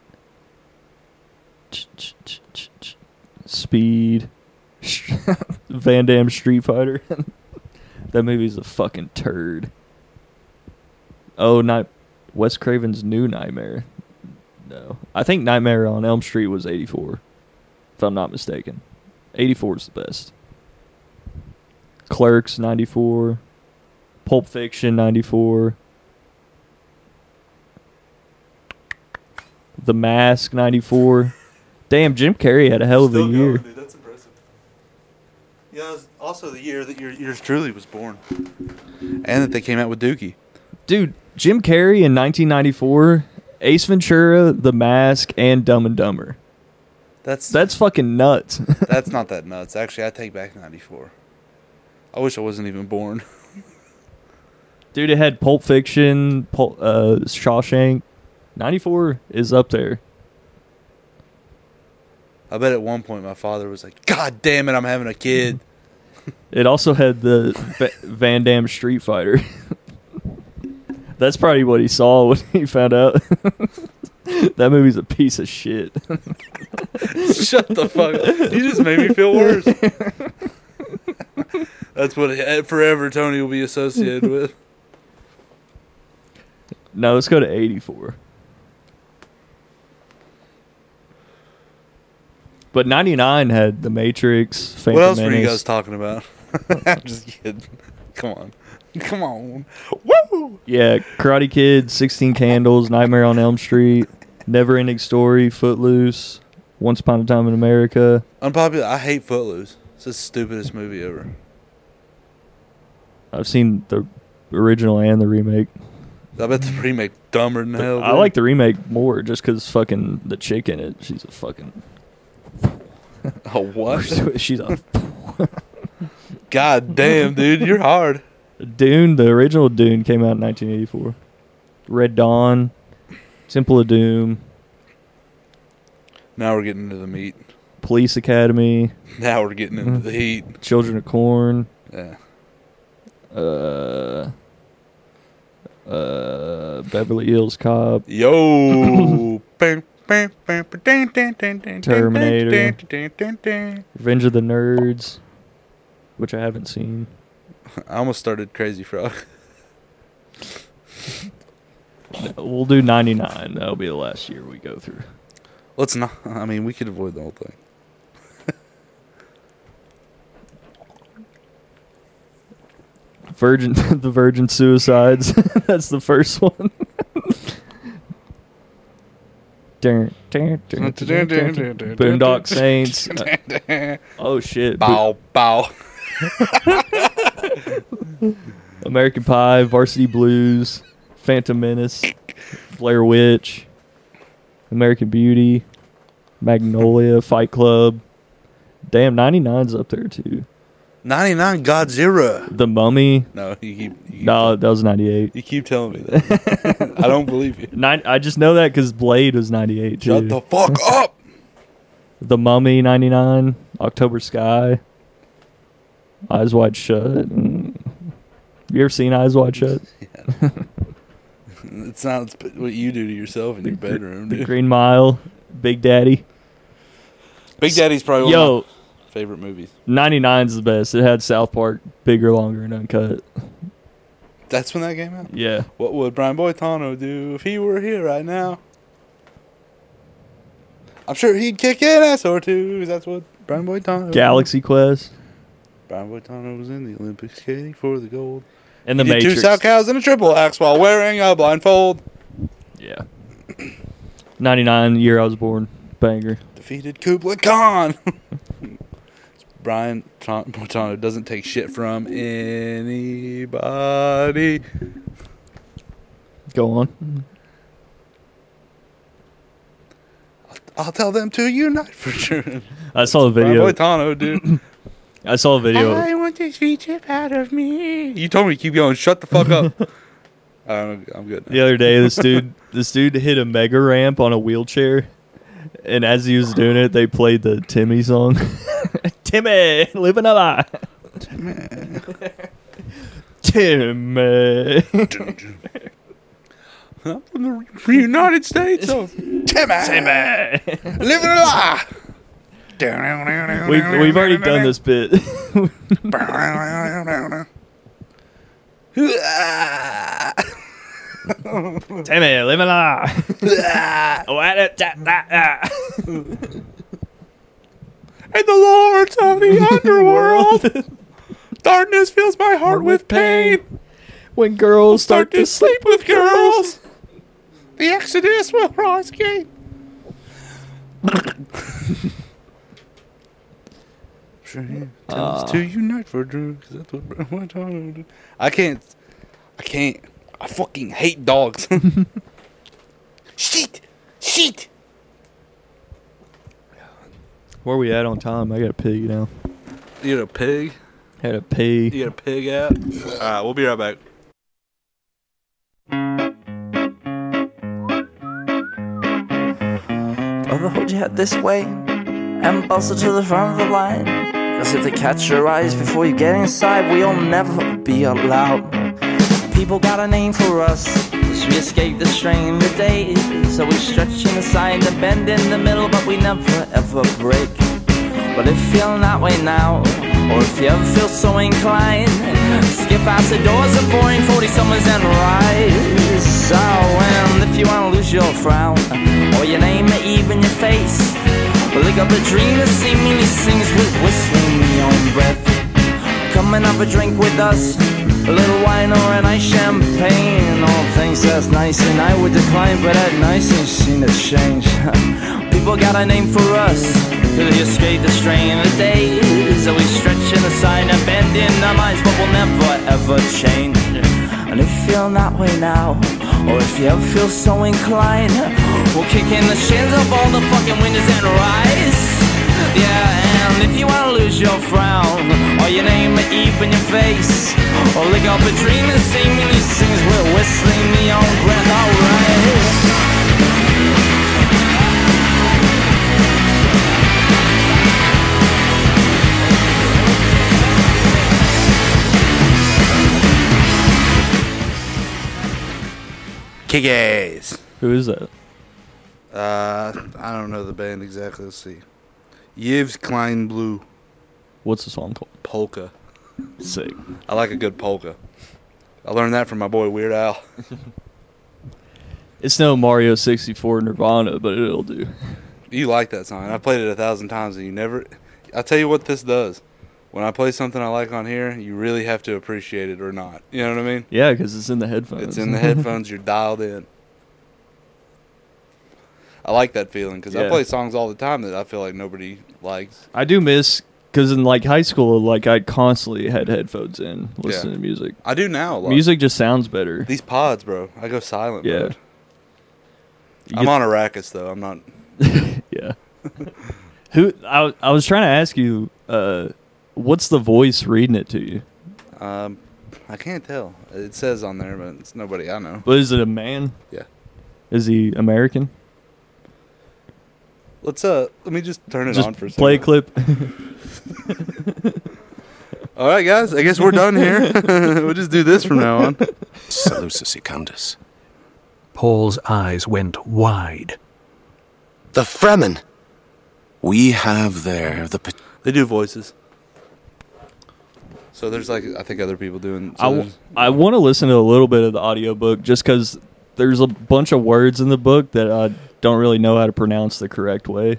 Speaker 2: Speed. Van Damme Street Fighter. that movie's a fucking turd. Oh, night Wes Craven's new Nightmare. No, I think Nightmare on Elm Street was '84, if I'm not mistaken. '84 is the best. Clerks '94, Pulp Fiction '94. The Mask '94. Damn, Jim Carrey had a hell of a
Speaker 1: Still going,
Speaker 2: year.
Speaker 1: dude. That's impressive. Yeah, that was also the year that your yours truly was born, and that they came out with Dookie.
Speaker 2: Dude, Jim Carrey in 1994, Ace Ventura, The Mask, and Dumb and Dumber.
Speaker 1: That's
Speaker 2: That's fucking nuts.
Speaker 1: that's not that nuts. Actually, I take back '94. I wish I wasn't even born.
Speaker 2: Dude, it had Pulp Fiction, Pul- uh, Shawshank. 94 is up there.
Speaker 1: I bet at one point my father was like, "God damn it, I'm having a kid."
Speaker 2: It also had the Va- Van Damme Street Fighter. That's probably what he saw when he found out. that movie's a piece of shit.
Speaker 1: Shut the fuck. up. You just made me feel worse. that's what it- forever Tony will be associated with.
Speaker 2: No, let's go to 84. But 99 had The Matrix, Phantom
Speaker 1: what else were you
Speaker 2: Menace.
Speaker 1: guys talking about? I'm just kidding. Come on, come on. Woo!
Speaker 2: yeah, Karate Kid, 16 Candles, Nightmare on Elm Street, Never Ending Story, Footloose, Once Upon a Time in America.
Speaker 1: Unpopular. I hate Footloose. It's the stupidest movie ever.
Speaker 2: I've seen the original and the remake.
Speaker 1: I bet the remake dumber than hell.
Speaker 2: I
Speaker 1: dude.
Speaker 2: like the remake more just because fucking the chick in it. She's a fucking.
Speaker 1: Oh, what?
Speaker 2: She's a.
Speaker 1: God damn, dude, you're hard.
Speaker 2: Dune, the original Dune came out in 1984. Red Dawn, Temple of Doom,
Speaker 1: Now we're getting into the meat.
Speaker 2: Police Academy,
Speaker 1: Now we're getting into the heat.
Speaker 2: Children of Corn,
Speaker 1: Yeah.
Speaker 2: uh, uh, Beverly Hills Cop,
Speaker 1: Yo.
Speaker 2: Terminator. Revenge of the Nerds, which I haven't seen.
Speaker 1: I almost started Crazy Frog.
Speaker 2: We'll do 99. That'll be the last year we go through.
Speaker 1: Let's not. I mean, we could avoid the whole thing.
Speaker 2: Virgin, the Virgin Suicides. That's the first one. Dun, dun, dun, dun, dun, dun. Boondock Saints. Uh, oh shit. Bo-
Speaker 1: Bow, bow.
Speaker 2: American Pie, Varsity Blues, Phantom Menace, Blair Witch, American Beauty, Magnolia, Fight Club. Damn, 99's up there too.
Speaker 1: 99 Godzilla.
Speaker 2: The Mummy.
Speaker 1: No, you keep. You keep,
Speaker 2: No, that was 98.
Speaker 1: you keep telling me that. I don't believe you.
Speaker 2: Nine, I just know that because Blade was 98 too.
Speaker 1: Shut the fuck up.
Speaker 2: The Mummy 99, October Sky, Eyes Wide Shut. and- You ever seen Eyes Wide Shut?
Speaker 1: It sounds p- what you do to yourself in your bedroom,
Speaker 2: The
Speaker 1: dude.
Speaker 2: Green Mile, Big Daddy.
Speaker 1: Big Daddy's probably one
Speaker 2: Yo,
Speaker 1: of my favorite movies.
Speaker 2: 99's the best. It had South Park, bigger, longer, and uncut.
Speaker 1: That's when that came out.
Speaker 2: Yeah.
Speaker 1: What would Brian Boitano do if he were here right now? I'm sure he'd kick an ass or two. 'cause That's what Brian Boitano.
Speaker 2: Galaxy Quest
Speaker 1: Brian Boitano was in the Olympics skating for the gold.
Speaker 2: and The
Speaker 1: He did
Speaker 2: Matrix.
Speaker 1: Two sow cows and a triple axe while wearing a blindfold.
Speaker 2: yeah. 99, year I was born. Banger.
Speaker 1: Defeated Kublai Khan. Brian Ton- Boitano doesn't take shit from anybody.
Speaker 2: Go on.
Speaker 1: I'll tell them to unite for sure.
Speaker 2: I saw a
Speaker 1: Brian
Speaker 2: video.
Speaker 1: Boitano, dude.
Speaker 2: I saw a video.
Speaker 1: I want this feature out of me. You told me to keep going. Shut the fuck up. I don't, I'm good.
Speaker 2: The
Speaker 1: Now.
Speaker 2: other day, this dude, this dude hit a mega ramp on a wheelchair, and as he was doing it, they played the Timmy song. Timmy, living a lie. Timmy.
Speaker 1: I'm from the United States of Timmy.
Speaker 2: Timmy.
Speaker 1: Living a lie.
Speaker 2: We we've already done this bit. Timmy, leave me alone. Why did Oh, that- that- that?
Speaker 1: and the lords of the underworld. Darkness fills my heart with pain.
Speaker 2: When girls start
Speaker 1: Start
Speaker 2: to
Speaker 1: to
Speaker 2: sleep.
Speaker 1: sleep with girls. The Exodus will rise again.
Speaker 2: Uh.
Speaker 1: to unite for drugs. That's what Bro- what I wanna do. I can't. I can't. I fucking hate dogs. Shit! Shit!
Speaker 2: Where we at on time? I got a pee now.
Speaker 1: You got a pig?
Speaker 2: I had a pee.
Speaker 1: You got a pig out? Alright, we'll be right back.
Speaker 3: Brother, hold your head this way and bustle to the front of the line. Cause if they catch your eyes before you get inside, we'll never be allowed. People got a name for us. So we escape the strain of the day. So we stretch in the side and bend in the middle, but we never ever break. But if you're feeling that way now, or if you ever feel so inclined, skip past the doors of boring 40 summers and rise. Oh, and if you wanna lose your frown, or your name, or even your face, look up a dream that seemingly sings with whistling neon breath. Come and have a drink with us. A little wine or a nice champagne. All things that's nice and I would decline, but that nice ain't seen a change. People got a name for us. They escape the strain of the days. Always stretching the sign and bending our minds, but we'll never ever change. And if you're that way now, or if you ever feel so inclined, we'll kick in the shins of all the fucking windows and rise. Yeah, and if you wanna lose your frown, or your name or even your face, or lick up a dream and sing me these things, we're whistling neon breath, alright.
Speaker 1: Kick ass.
Speaker 2: Who is that?
Speaker 1: Uh, I don't know the band exactly. Let's see. Yves Klein Blue
Speaker 2: What's the song called?
Speaker 1: Polka.
Speaker 2: Sick.
Speaker 1: I like a good polka. I learned that from my boy Weird Al.
Speaker 2: It's no Mario 64 Nirvana, but it'll do.
Speaker 1: You like that song. I played it a thousand times, and you never. I'll tell you what this does. When I play something I like on here, you really have to appreciate it or not. You know what I mean?
Speaker 2: Yeah, because it's in the headphones.
Speaker 1: It's in the headphones. You're dialed in. I like that feeling because I
Speaker 2: Yeah.
Speaker 1: play songs all the time that I feel like nobody likes.
Speaker 2: I do miss because in like high school, like I constantly had headphones in listening
Speaker 1: Yeah.
Speaker 2: to music.
Speaker 1: I do now a lot.
Speaker 2: Music just sounds better.
Speaker 1: These pods, bro. I go silent.
Speaker 2: Yeah.
Speaker 1: Yeah.
Speaker 2: You
Speaker 1: I'm
Speaker 2: get-
Speaker 1: on Arrakis though. I'm not.
Speaker 2: yeah. Who I w- I was trying to ask you, uh, what's the voice reading it to you?
Speaker 1: Um, I can't tell. It says on there, but it's nobody I know.
Speaker 2: But is it a man?
Speaker 1: Yeah.
Speaker 2: Is he American?
Speaker 1: Let's uh, let me just turn it
Speaker 2: Just
Speaker 1: on for a second.
Speaker 2: play a clip.
Speaker 1: All right, guys. I guess we're done here. we'll just do this from now on.
Speaker 4: Seleucus Secundus.
Speaker 5: Paul's eyes went wide.
Speaker 4: The Fremen! We have there the pot-
Speaker 1: They do voices. So there's like I think other people doing. So
Speaker 2: I, w-
Speaker 1: there's-
Speaker 2: I want to listen to a little bit of the audiobook just because there's a bunch of words in the book that I don't really know how to pronounce the correct way.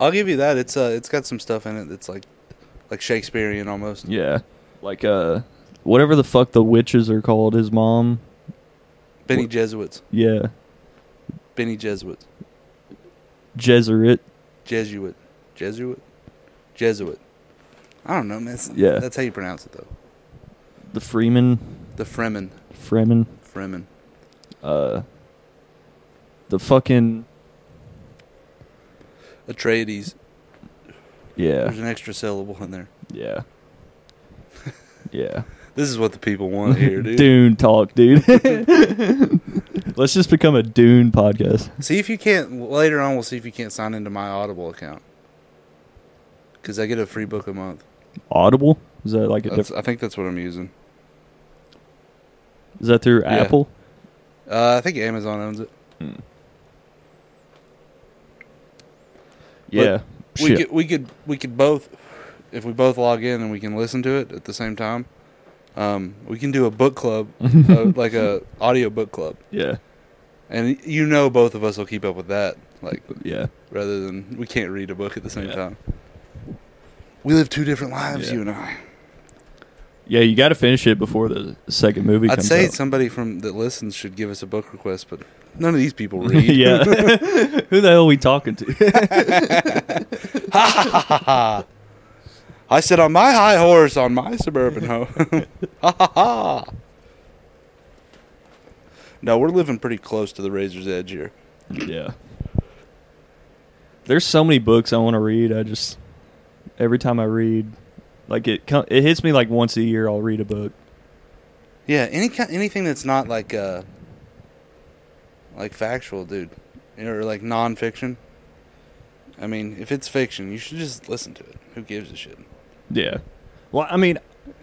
Speaker 1: I'll give you that. It's uh, it's got some stuff in it that's like, like Shakespearean almost.
Speaker 2: Yeah. Like, uh, whatever the fuck the witches are called, his mom.
Speaker 1: Benny
Speaker 2: What?
Speaker 1: Jesuits.
Speaker 2: Yeah.
Speaker 1: Benny Jesuits.
Speaker 2: Jesuit.
Speaker 1: Jesuit. Jesuit. Jesuit. I don't know, man. It's-
Speaker 2: Yeah.
Speaker 1: That's how you pronounce it though.
Speaker 2: The Freeman.
Speaker 1: The Fremen.
Speaker 2: Fremen.
Speaker 1: Fremen.
Speaker 2: Uh, the fucking.
Speaker 1: Atreides.
Speaker 2: Yeah.
Speaker 1: There's an extra syllable in there.
Speaker 2: Yeah. Yeah.
Speaker 1: This is what the people want to hear, dude.
Speaker 2: Dune talk, dude. Let's just become a Dune podcast.
Speaker 1: See if you can't. Later on, we'll see if you can't sign into my Audible account. Because I get a free book a month.
Speaker 2: Audible? Is that like a
Speaker 1: That's,
Speaker 2: different?
Speaker 1: I think that's what I'm using.
Speaker 2: Is that through
Speaker 1: yeah.
Speaker 2: Apple?
Speaker 1: Uh, I think Amazon owns it.
Speaker 2: Yeah.
Speaker 1: We
Speaker 2: Shit.
Speaker 1: could we could we could both if we both log in and we can listen to it at the same time. Um, we can do a book club, uh, like a audio book club,
Speaker 2: Yeah.
Speaker 1: and you know both of us will keep up with that. Like
Speaker 2: Yeah.
Speaker 1: rather than we can't read a book at the same
Speaker 2: Yeah.
Speaker 1: time. We live two different lives,
Speaker 2: Yeah.
Speaker 1: you and I.
Speaker 2: Yeah, you got to finish it before the second movie
Speaker 1: I'd
Speaker 2: comes
Speaker 1: say
Speaker 2: out.
Speaker 1: somebody from that listens should give us a book request, but none of these people read.
Speaker 2: yeah. Who the hell are we talking to?
Speaker 1: I sit on my high horse on my suburban home. ha ha ha. No, we're living pretty close to the razor's edge here.
Speaker 2: yeah. There's so many books I want to read. I just every time I read like it com- it hits me like once a year I'll read a book.
Speaker 1: Yeah, any kind, anything that's not like uh, like factual, dude, or like nonfiction. I mean, if it's fiction, you should just listen to it. Who gives a shit?
Speaker 2: Yeah. Well, I mean,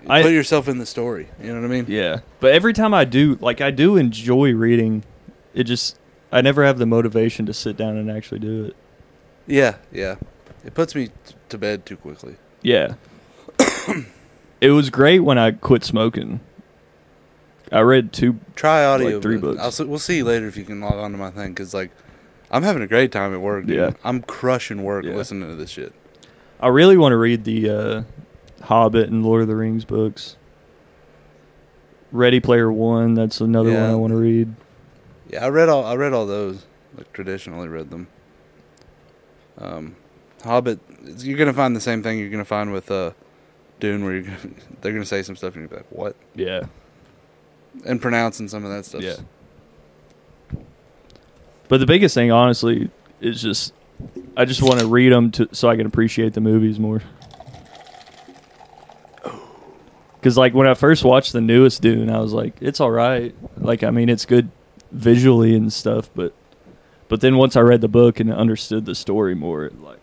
Speaker 2: I
Speaker 1: Put yourself in the story. You know what I mean?
Speaker 2: yeah, but every time I do, like I do enjoy reading. It just I never have the motivation to sit down and actually do it.
Speaker 1: Yeah, yeah. It puts me t- to bed too quickly.
Speaker 2: Yeah. it was great when I quit smoking. I read two
Speaker 1: Try audio.
Speaker 2: three
Speaker 1: but
Speaker 2: books.
Speaker 1: I'll, s- we'll see later if you can log on to my thing because like, I'm having a great time at work. Dude.
Speaker 2: Yeah.
Speaker 1: I'm crushing work
Speaker 2: Yeah.
Speaker 1: listening to this shit.
Speaker 2: I really want to read the uh, Hobbit and Lord of the Rings books. Ready Player One, that's another one
Speaker 1: Yeah.
Speaker 2: I want to read.
Speaker 1: Yeah, I read all. I read all those. Like traditionally read them. Um, Hobbit. it's- You're gonna find the same thing you're gonna find with uh, Dune, where you're gonna, they're gonna say some stuff and you're gonna be like, "What?"
Speaker 2: Yeah.
Speaker 1: and pronouncing some of that stuff.
Speaker 2: Yeah. But the biggest thing, honestly, is just I just want to read them to so I can appreciate the movies more. Because like when I first watched the newest Dune, I was like, it's all right. Like I mean, it's good visually and stuff, but but then once I read the book and understood the story more, like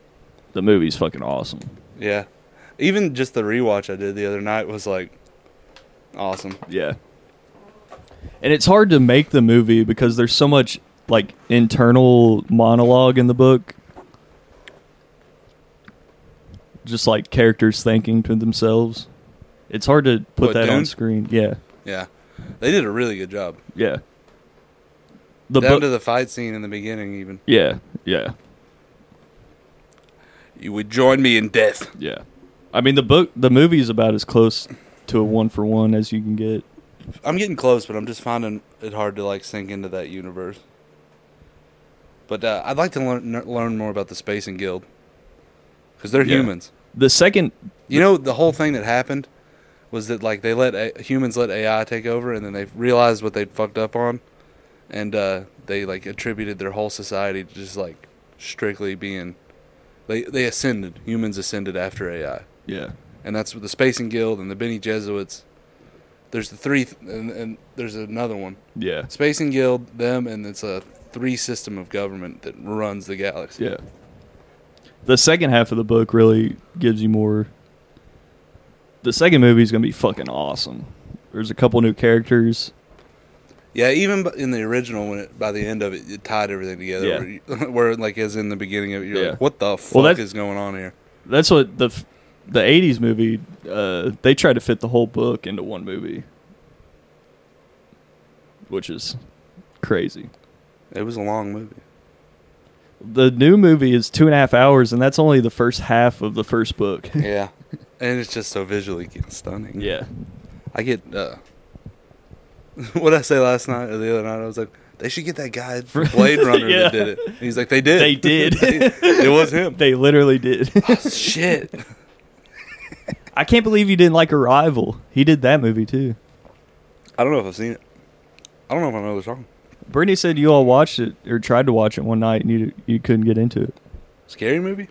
Speaker 2: the movie's fucking awesome.
Speaker 1: Yeah. Even just the rewatch I did the other night was like awesome.
Speaker 2: Yeah. And it's hard to make the movie because there's so much like internal monologue in the book. Just like characters thinking to themselves. It's hard to put
Speaker 1: What,
Speaker 2: that on
Speaker 1: Dune?
Speaker 2: screen. Yeah.
Speaker 1: Yeah. They did a really good job.
Speaker 2: Yeah. The
Speaker 1: Down
Speaker 2: book
Speaker 1: to the fight scene in the beginning even.
Speaker 2: Yeah. Yeah.
Speaker 1: You would join me in death.
Speaker 2: Yeah. I mean the book the movie's about as close to a one for one as you can get.
Speaker 1: I'm getting close, but I'm just finding it hard to like sink into that universe. But uh, I'd like to learn learn more about the Space and Guild because they're
Speaker 2: Yeah.
Speaker 1: humans.
Speaker 2: The second
Speaker 1: You know, the whole thing that happened was that like they let a- humans let AI take over, and then they realized what they'd fucked up on, and uh, they like attributed their whole society to just like strictly being they they ascended. Humans ascended after AI,
Speaker 2: Yeah.
Speaker 1: and that's with the Spacing Guild and the Benny Jesuits. There's the three, th- and, and there's another one.
Speaker 2: Yeah.
Speaker 1: Spacing Guild, them, and it's a three system of government that runs the galaxy.
Speaker 2: Yeah. The second half of the book really gives you more. The second movie is going to be fucking awesome. There's a couple new characters.
Speaker 1: Yeah, even b- in the original, when it, by the end of it, it tied everything together.
Speaker 2: Yeah.
Speaker 1: Where, you, where like as in the beginning of it, you're
Speaker 2: Yeah.
Speaker 1: like, what the fuck
Speaker 2: that-
Speaker 1: is going on here?
Speaker 2: That's what the f- the 80s movie uh they tried to fit the whole book into one movie. Which is crazy.
Speaker 1: It was a long movie.
Speaker 2: The new movie is two and a half hours, and that's only the first half of the first book.
Speaker 1: Yeah, and it's just so visually getting stunning.
Speaker 2: yeah.
Speaker 1: I get uh, what I say last night or the other night. I was like, they should get that guy from Blade Runner
Speaker 2: Yeah.
Speaker 1: that did it. And he's like, they did.
Speaker 2: They did.
Speaker 1: it was him.
Speaker 2: They literally did.
Speaker 1: Shit.
Speaker 2: I can't believe you didn't like Arrival. He did that movie too.
Speaker 1: I don't know if I've seen it. I don't know if I know the song.
Speaker 2: Brittany said you all watched it or tried to watch it one night and you you couldn't get into it.
Speaker 1: Scary movie.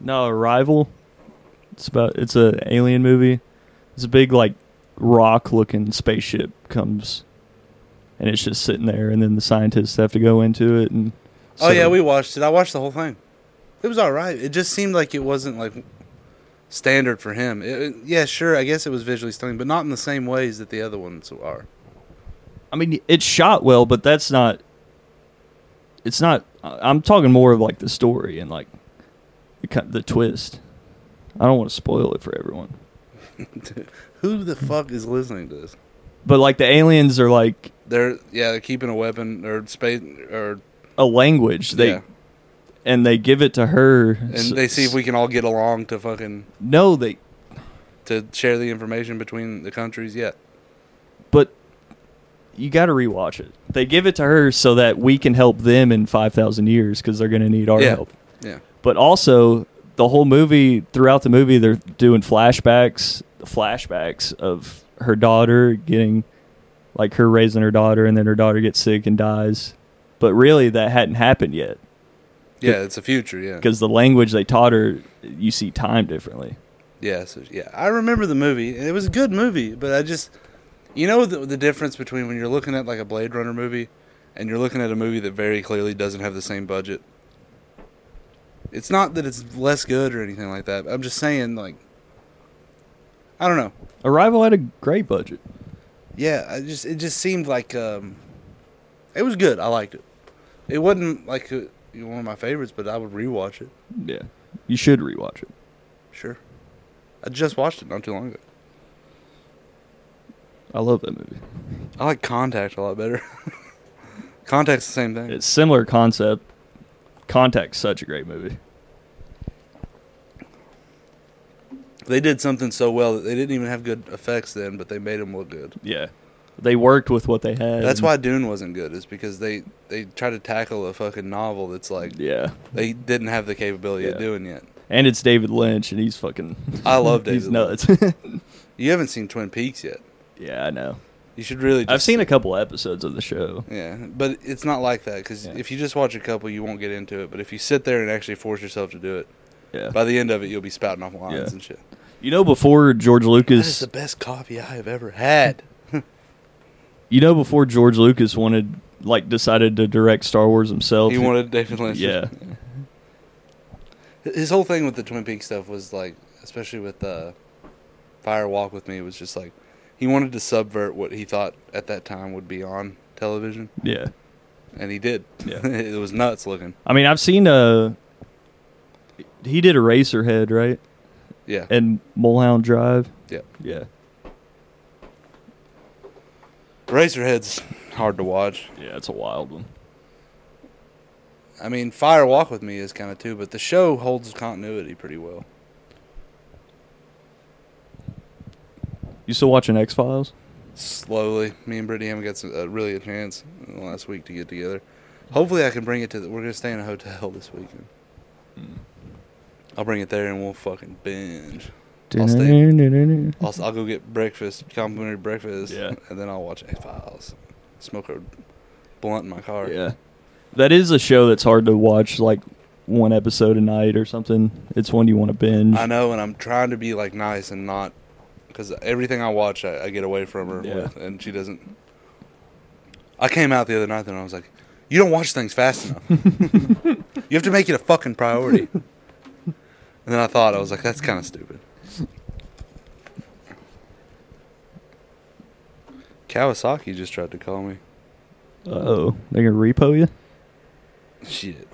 Speaker 2: No, Arrival. It's about it's a alien movie. It's a big like rock looking spaceship comes and it's just sitting there and then the scientists have to go into it and
Speaker 1: Oh
Speaker 2: so-
Speaker 1: yeah, we watched it. I watched the whole thing. It was all right. It just seemed like it wasn't like standard for him. It, it- yeah, sure. I guess it was visually stunning, but not in the same ways that the other ones are.
Speaker 2: I mean it's shot well, but that's not it's not I- I'm talking more of like the story and like the ki- the twist. I don't want to spoil it for everyone.
Speaker 1: Who the fuck is listening to this?
Speaker 2: But like the aliens are like
Speaker 1: They're yeah, they're keeping a weapon or space or
Speaker 2: a language. They
Speaker 1: yeah,
Speaker 2: and they give it to her.
Speaker 1: and they see if we can all get along to fucking
Speaker 2: No, they
Speaker 1: to share the information between the countries. Yeah,
Speaker 2: but you got to rewatch it. They give it to her so that we can help them in 5,000 years because they're going to need our
Speaker 1: Yeah.
Speaker 2: help.
Speaker 1: yeah,
Speaker 2: But also, the whole movie, throughout the movie, they're doing flashbacks, flashbacks of her daughter getting, like her raising her daughter, and then her daughter gets sick and dies. But really, that hadn't happened yet
Speaker 1: yeah. It's a future. Yeah,
Speaker 2: because the language they taught her, you see time differently.
Speaker 1: Yeah, so, yeah. I remember the movie. and It was a good movie, but I just, you know, the, the difference between when you're looking at like a Blade Runner movie, and you're looking at a movie that very clearly doesn't have the same budget. It's not that it's less good or anything like that. I'm just saying, like, I don't know.
Speaker 2: Arrival had a great budget.
Speaker 1: Yeah, I just it just seemed like um, it was good. I liked it. It wasn't like uh, one of my favorites, but I would rewatch it.
Speaker 2: Yeah. You should rewatch it.
Speaker 1: Sure. I just watched it not too long ago.
Speaker 2: I love that movie.
Speaker 1: I like Contact a lot better. Contact's the same thing.
Speaker 2: It's similar concept. Contact's such a great movie.
Speaker 1: they did something so well that they didn't even have good effects then, but they made them look good.
Speaker 2: Yeah. They worked with what they had.
Speaker 1: That's why Dune wasn't good, is because they they tried to tackle a fucking novel that's like
Speaker 2: Yeah.
Speaker 1: they didn't have the capability
Speaker 2: Yeah.
Speaker 1: of doing yet.
Speaker 2: And it's David Lynch and he's fucking
Speaker 1: I love David.
Speaker 2: he's
Speaker 1: Lynch.
Speaker 2: nuts.
Speaker 1: You haven't seen Twin Peaks yet.
Speaker 2: yeah, I know.
Speaker 1: You should really. Just
Speaker 2: I've seen a couple episodes of the show.
Speaker 1: Yeah, but it's not like that because
Speaker 2: Yeah.
Speaker 1: if you just watch a couple, you won't get into it. But if you sit there and actually force yourself to do it,
Speaker 2: Yeah.
Speaker 1: by the end of it, you'll be spouting off lines
Speaker 2: Yeah.
Speaker 1: and shit.
Speaker 2: you know before George
Speaker 1: That is
Speaker 2: Lucas
Speaker 1: the best coffee I have ever had.
Speaker 2: you know before George Lucas wanted like decided to direct Star Wars himself.
Speaker 1: He wanted David Lynch. to-
Speaker 2: Yeah.
Speaker 1: His whole thing with the Twin Peaks stuff was like, especially with uh, Fire Walk with Me, was just like he wanted to subvert what he thought at that time would be on television,
Speaker 2: Yeah.
Speaker 1: and he did.
Speaker 2: Yeah.
Speaker 1: it was nuts looking.
Speaker 2: I mean, I've seen uh he did Eraserhead, right?
Speaker 1: Yeah,
Speaker 2: And Mulholland Drive.
Speaker 1: yeah.
Speaker 2: Yeah.
Speaker 1: Racerhead's hard to watch.
Speaker 2: Yeah, it's a wild one.
Speaker 1: I mean, Fire Walk with Me is kind of too, but the show holds continuity pretty well.
Speaker 2: You still watching X Files?
Speaker 1: Slowly, me and Brittany haven't got some, uh, really a chance in the last week to get together. Hopefully, I can bring it to. The, we're gonna stay in a hotel this weekend.
Speaker 2: Hmm.
Speaker 1: I'll bring it there and we'll fucking binge. I'll stay. I'll, s- I'll go get breakfast, complimentary breakfast,
Speaker 2: Yeah.
Speaker 1: and then I'll watch X Files. Smoke a blunt in my car.
Speaker 2: Yeah. That is a show that's hard to watch like one episode a night or something. It's one you want to binge.
Speaker 1: I know, and I'm trying to be like nice and not because everything I watch, I, I get away from her
Speaker 2: Yeah.
Speaker 1: with, and she doesn't. I came out the other night and I was like, "You don't watch things fast enough. you have to make it a fucking priority." and then I thought I was like, "That's kind of stupid." Kawasaki just tried to call me.
Speaker 2: Oh, they gonna repo you?
Speaker 1: Shit.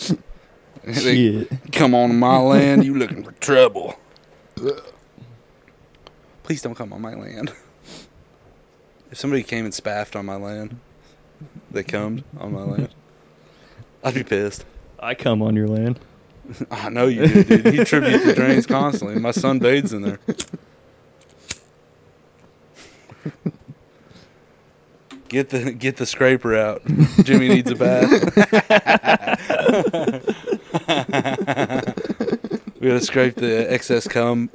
Speaker 1: They-
Speaker 2: Shit.
Speaker 1: Come on to my land, you looking for trouble. Please don't come on my land. If somebody came and spaffed on my land, they cummed on my land, I'd be pissed.
Speaker 2: I come on your land.
Speaker 1: I know you do, dude. You tribute the drains constantly. My son bathes in there. Get the get the scraper out. Jimmy needs a bath. we gotta scrape the excess cum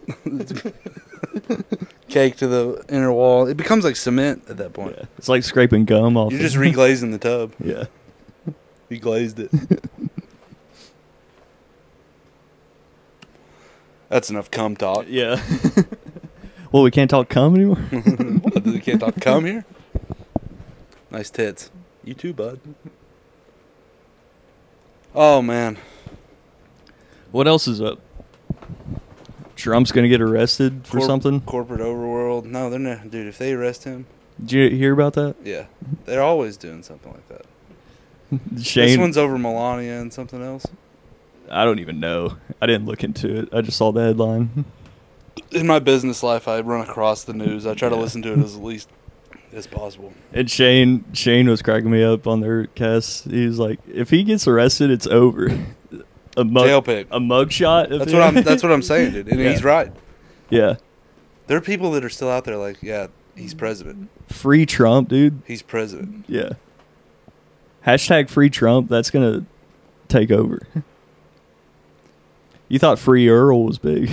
Speaker 1: cake to the inner wall. It becomes like cement at that point.
Speaker 2: Yeah. It's like scraping gum off.
Speaker 1: You're
Speaker 2: of-
Speaker 1: just reglazing the tub.
Speaker 2: yeah.
Speaker 1: You glazed it. That's enough cum talk.
Speaker 2: Yeah. well, we can't talk cum anymore.
Speaker 1: What, you can't talk cum here? Nice tits. You too, bud. Oh, man.
Speaker 2: What else is up? Trump's gonna get arrested for
Speaker 1: Corp-
Speaker 2: something.
Speaker 1: Corporate overworld. No, they're not. Dude, if they arrest him,
Speaker 2: Did you hear about that?
Speaker 1: yeah. They're always doing something like that.
Speaker 2: Shane.
Speaker 1: This one's over Melania and something else.
Speaker 2: I don't even know. I didn't look into it. I just saw the headline.
Speaker 1: In my business life, I run across the news. I try to listen to it as least as possible.
Speaker 2: And Shane Shane was cracking me up on their cast. He was like, if he gets arrested, it's over. A mug,
Speaker 1: Jail pic.
Speaker 2: A mugshot. of
Speaker 1: That's
Speaker 2: him.
Speaker 1: what I'm. That's what I'm saying, dude. And
Speaker 2: Yeah.
Speaker 1: he's right.
Speaker 2: yeah.
Speaker 1: There are people that are still out there like, yeah, he's president.
Speaker 2: Free Trump, dude.
Speaker 1: He's president.
Speaker 2: Yeah. Hashtag free Trump. That's gonna take over. You thought free Earl was big.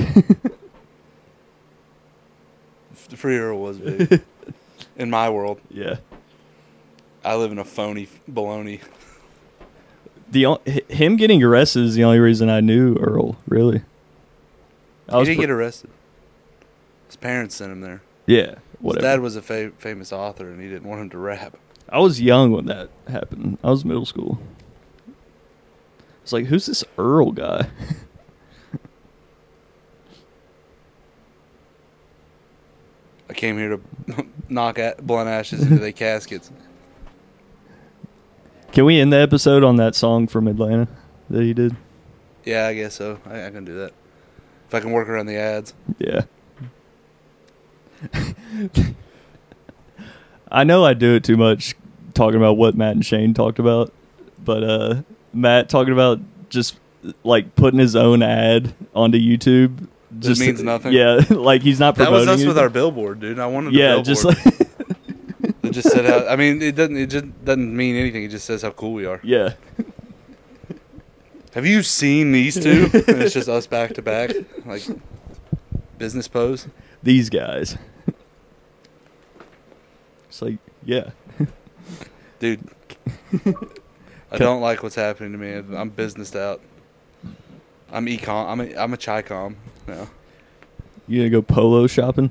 Speaker 1: The free Earl was big. in my world,
Speaker 2: yeah.
Speaker 1: I live in a phony f- baloney.
Speaker 2: The on- h- him getting arrested is the only reason I knew Earl. Really. I
Speaker 1: He didn't
Speaker 2: pr-
Speaker 1: get arrested. His parents sent him there.
Speaker 2: yeah.
Speaker 1: His
Speaker 2: Whatever.
Speaker 1: dad was a fa- famous author, and he didn't want him to rap.
Speaker 2: I was young when that happened. I was middle school. It's like, who's this Earl guy?
Speaker 1: I came here to knock at blunt ashes into their caskets.
Speaker 2: Can we end the episode on that song from Atlanta that he did?
Speaker 1: Yeah, I guess so. I, I can do that if I can work around the ads.
Speaker 2: Yeah. I know I do it too much talking about what Matt and Shane talked about, but uh Matt talking about just like putting his own ad onto YouTube just
Speaker 1: means nothing.
Speaker 2: Yeah, like he's not
Speaker 1: That
Speaker 2: promoting
Speaker 1: was us
Speaker 2: it.
Speaker 1: with our billboard, dude. I wanted. a
Speaker 2: yeah,
Speaker 1: billboard.
Speaker 2: just like
Speaker 1: It just said how. I mean, it doesn't. It just doesn't mean anything. It just says how cool we are.
Speaker 2: yeah.
Speaker 1: Have you seen these two? and it's just us back to back, like business pose.
Speaker 2: these guys. It's like, yeah,
Speaker 1: Dude, I don't like what's happening to me. I'm businessed out. I'm econ. I'm a, I'm a chicom now.
Speaker 2: you gonna go polo shopping?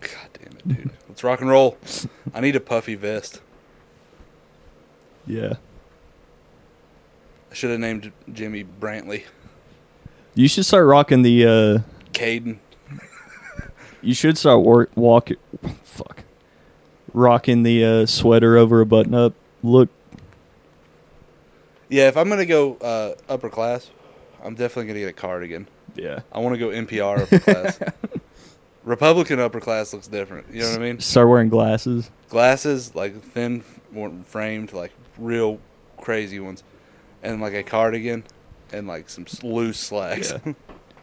Speaker 1: God damn it, dude. Let's rock and roll. I need a puffy vest.
Speaker 2: Yeah,
Speaker 1: I should have named Jimmy Brantley.
Speaker 2: you should start rocking the. uh
Speaker 1: Caden.
Speaker 2: You should start work walk. Fuck, rocking the uh sweater over a button up. Look,
Speaker 1: Yeah, if I'm gonna go uh, upper class, I'm definitely gonna get a cardigan.
Speaker 2: yeah.
Speaker 1: I want to go NPR upper class. Republican upper class looks different. You know what I mean?
Speaker 2: Start wearing glasses.
Speaker 1: glasses, like thin, f- more framed, like real crazy ones, and like a cardigan, and like some s- loose slacks.
Speaker 2: Yeah.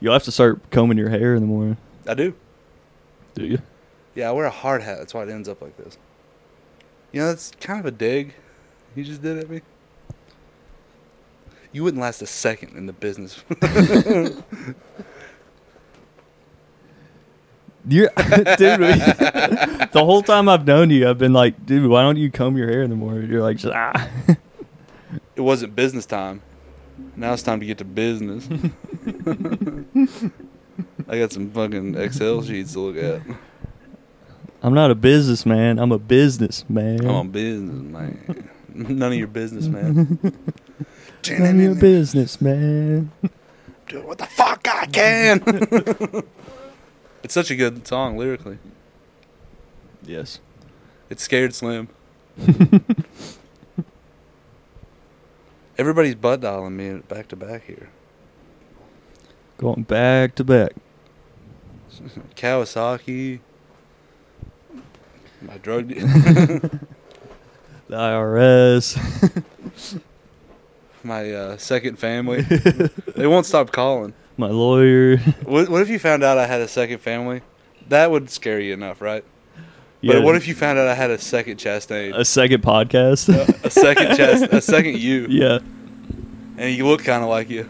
Speaker 2: You'll have to start combing your hair in the morning.
Speaker 1: I do.
Speaker 2: Do you?
Speaker 1: Yeah, I wear a hard hat. That's why it ends up like this. You know, that's kind of a dig you just did at me. You wouldn't last a second in the business.
Speaker 2: You're, dude, we- the whole time I've known you, I've been like, dude, why don't you comb your hair in the morning? You're like, just, ah.
Speaker 1: it wasn't business time. Now it's time to get to business. I got some fucking Excel sheets to look at.
Speaker 2: I'm not a businessman. I'm a businessman.
Speaker 1: I'm on business, man. None of your business, man.
Speaker 2: I'm a businessman.
Speaker 1: Do what the fuck I can. it's such a good song lyrically.
Speaker 2: Yes.
Speaker 1: It scared Slim. Everybody's butt dialing me back to back here.
Speaker 2: Going back to back.
Speaker 1: Kawasaki. My drug. de-
Speaker 2: The IRS.
Speaker 1: my uh, second family. they won't stop calling.
Speaker 2: My lawyer.
Speaker 1: What, what if you found out I had a second family? That would scare you enough, right?
Speaker 2: Yeah,
Speaker 1: But what if you found out I had a second Chastain,
Speaker 2: a second podcast?
Speaker 1: a second chest, a second you,
Speaker 2: yeah.
Speaker 1: and you look kind of like you?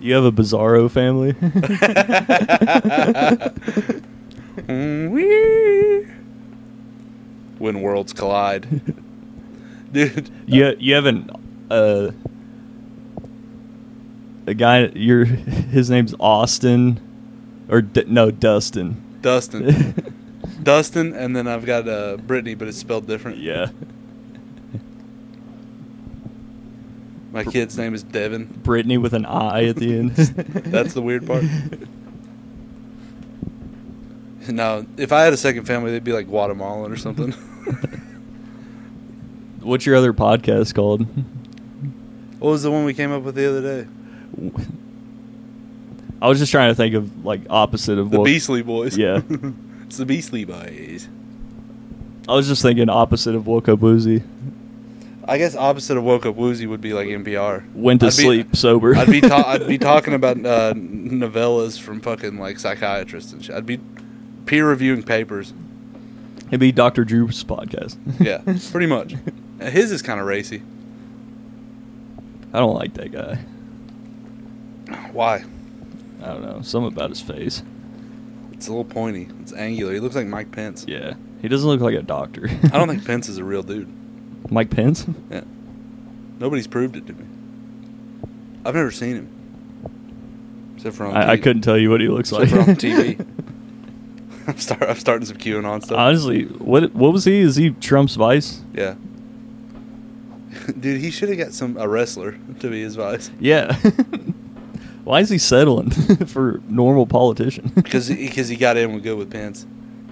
Speaker 2: You have a bizarro family. Mm-hmm.
Speaker 1: When worlds collide, dude.
Speaker 2: you you have an uh a guy your his name's Austin or D- no Dustin.
Speaker 1: Dustin, Dustin, and then I've got uh, Brittany, but it's spelled different.
Speaker 2: Yeah.
Speaker 1: My kid's name is Devin.
Speaker 2: Brittany with an I at the end.
Speaker 1: That's the weird part. No, if I had a second family, they'd be like Guatemalan or something.
Speaker 2: What's your other podcast called?
Speaker 1: what was the one we came up with the other day?
Speaker 2: I was just trying to think of like opposite of
Speaker 1: The
Speaker 2: what.
Speaker 1: Beastly Boys.
Speaker 2: Yeah,
Speaker 1: It's the Beastly Boys.
Speaker 2: I was just thinking opposite of woke up woozy.
Speaker 1: I guess opposite of woke up woozy would be like NPR.
Speaker 2: Went to
Speaker 1: I'd be-
Speaker 2: sleep sober.
Speaker 1: I'd be ta- I'd be talking about uh, novellas from fucking like psychiatrists and shit. I'd be peer reviewing papers.
Speaker 2: It'd be Dr. Drew's podcast.
Speaker 1: Yeah, pretty much. Uh, His is kind of racy.
Speaker 2: I don't like that guy.
Speaker 1: Why?
Speaker 2: I don't know. Something about his face.
Speaker 1: It's a little pointy. It's angular. He looks like Mike Pence.
Speaker 2: Yeah. He doesn't look like a doctor.
Speaker 1: I don't think Pence is a real dude.
Speaker 2: Mike Pence?
Speaker 1: Yeah. Nobody's proved it to me. I've never seen him. Except for on
Speaker 2: I, I
Speaker 1: TV.
Speaker 2: couldn't tell you what he looks like.
Speaker 1: Except for on TV. I'm, start, I'm starting some QAnon stuff.
Speaker 2: Honestly, what what was he? Is he Trump's vice?
Speaker 1: Yeah. Dude, he should have got some a wrestler to be his vice
Speaker 2: Yeah. Why is he settling for normal politician?
Speaker 1: because because he got in with good with Pence.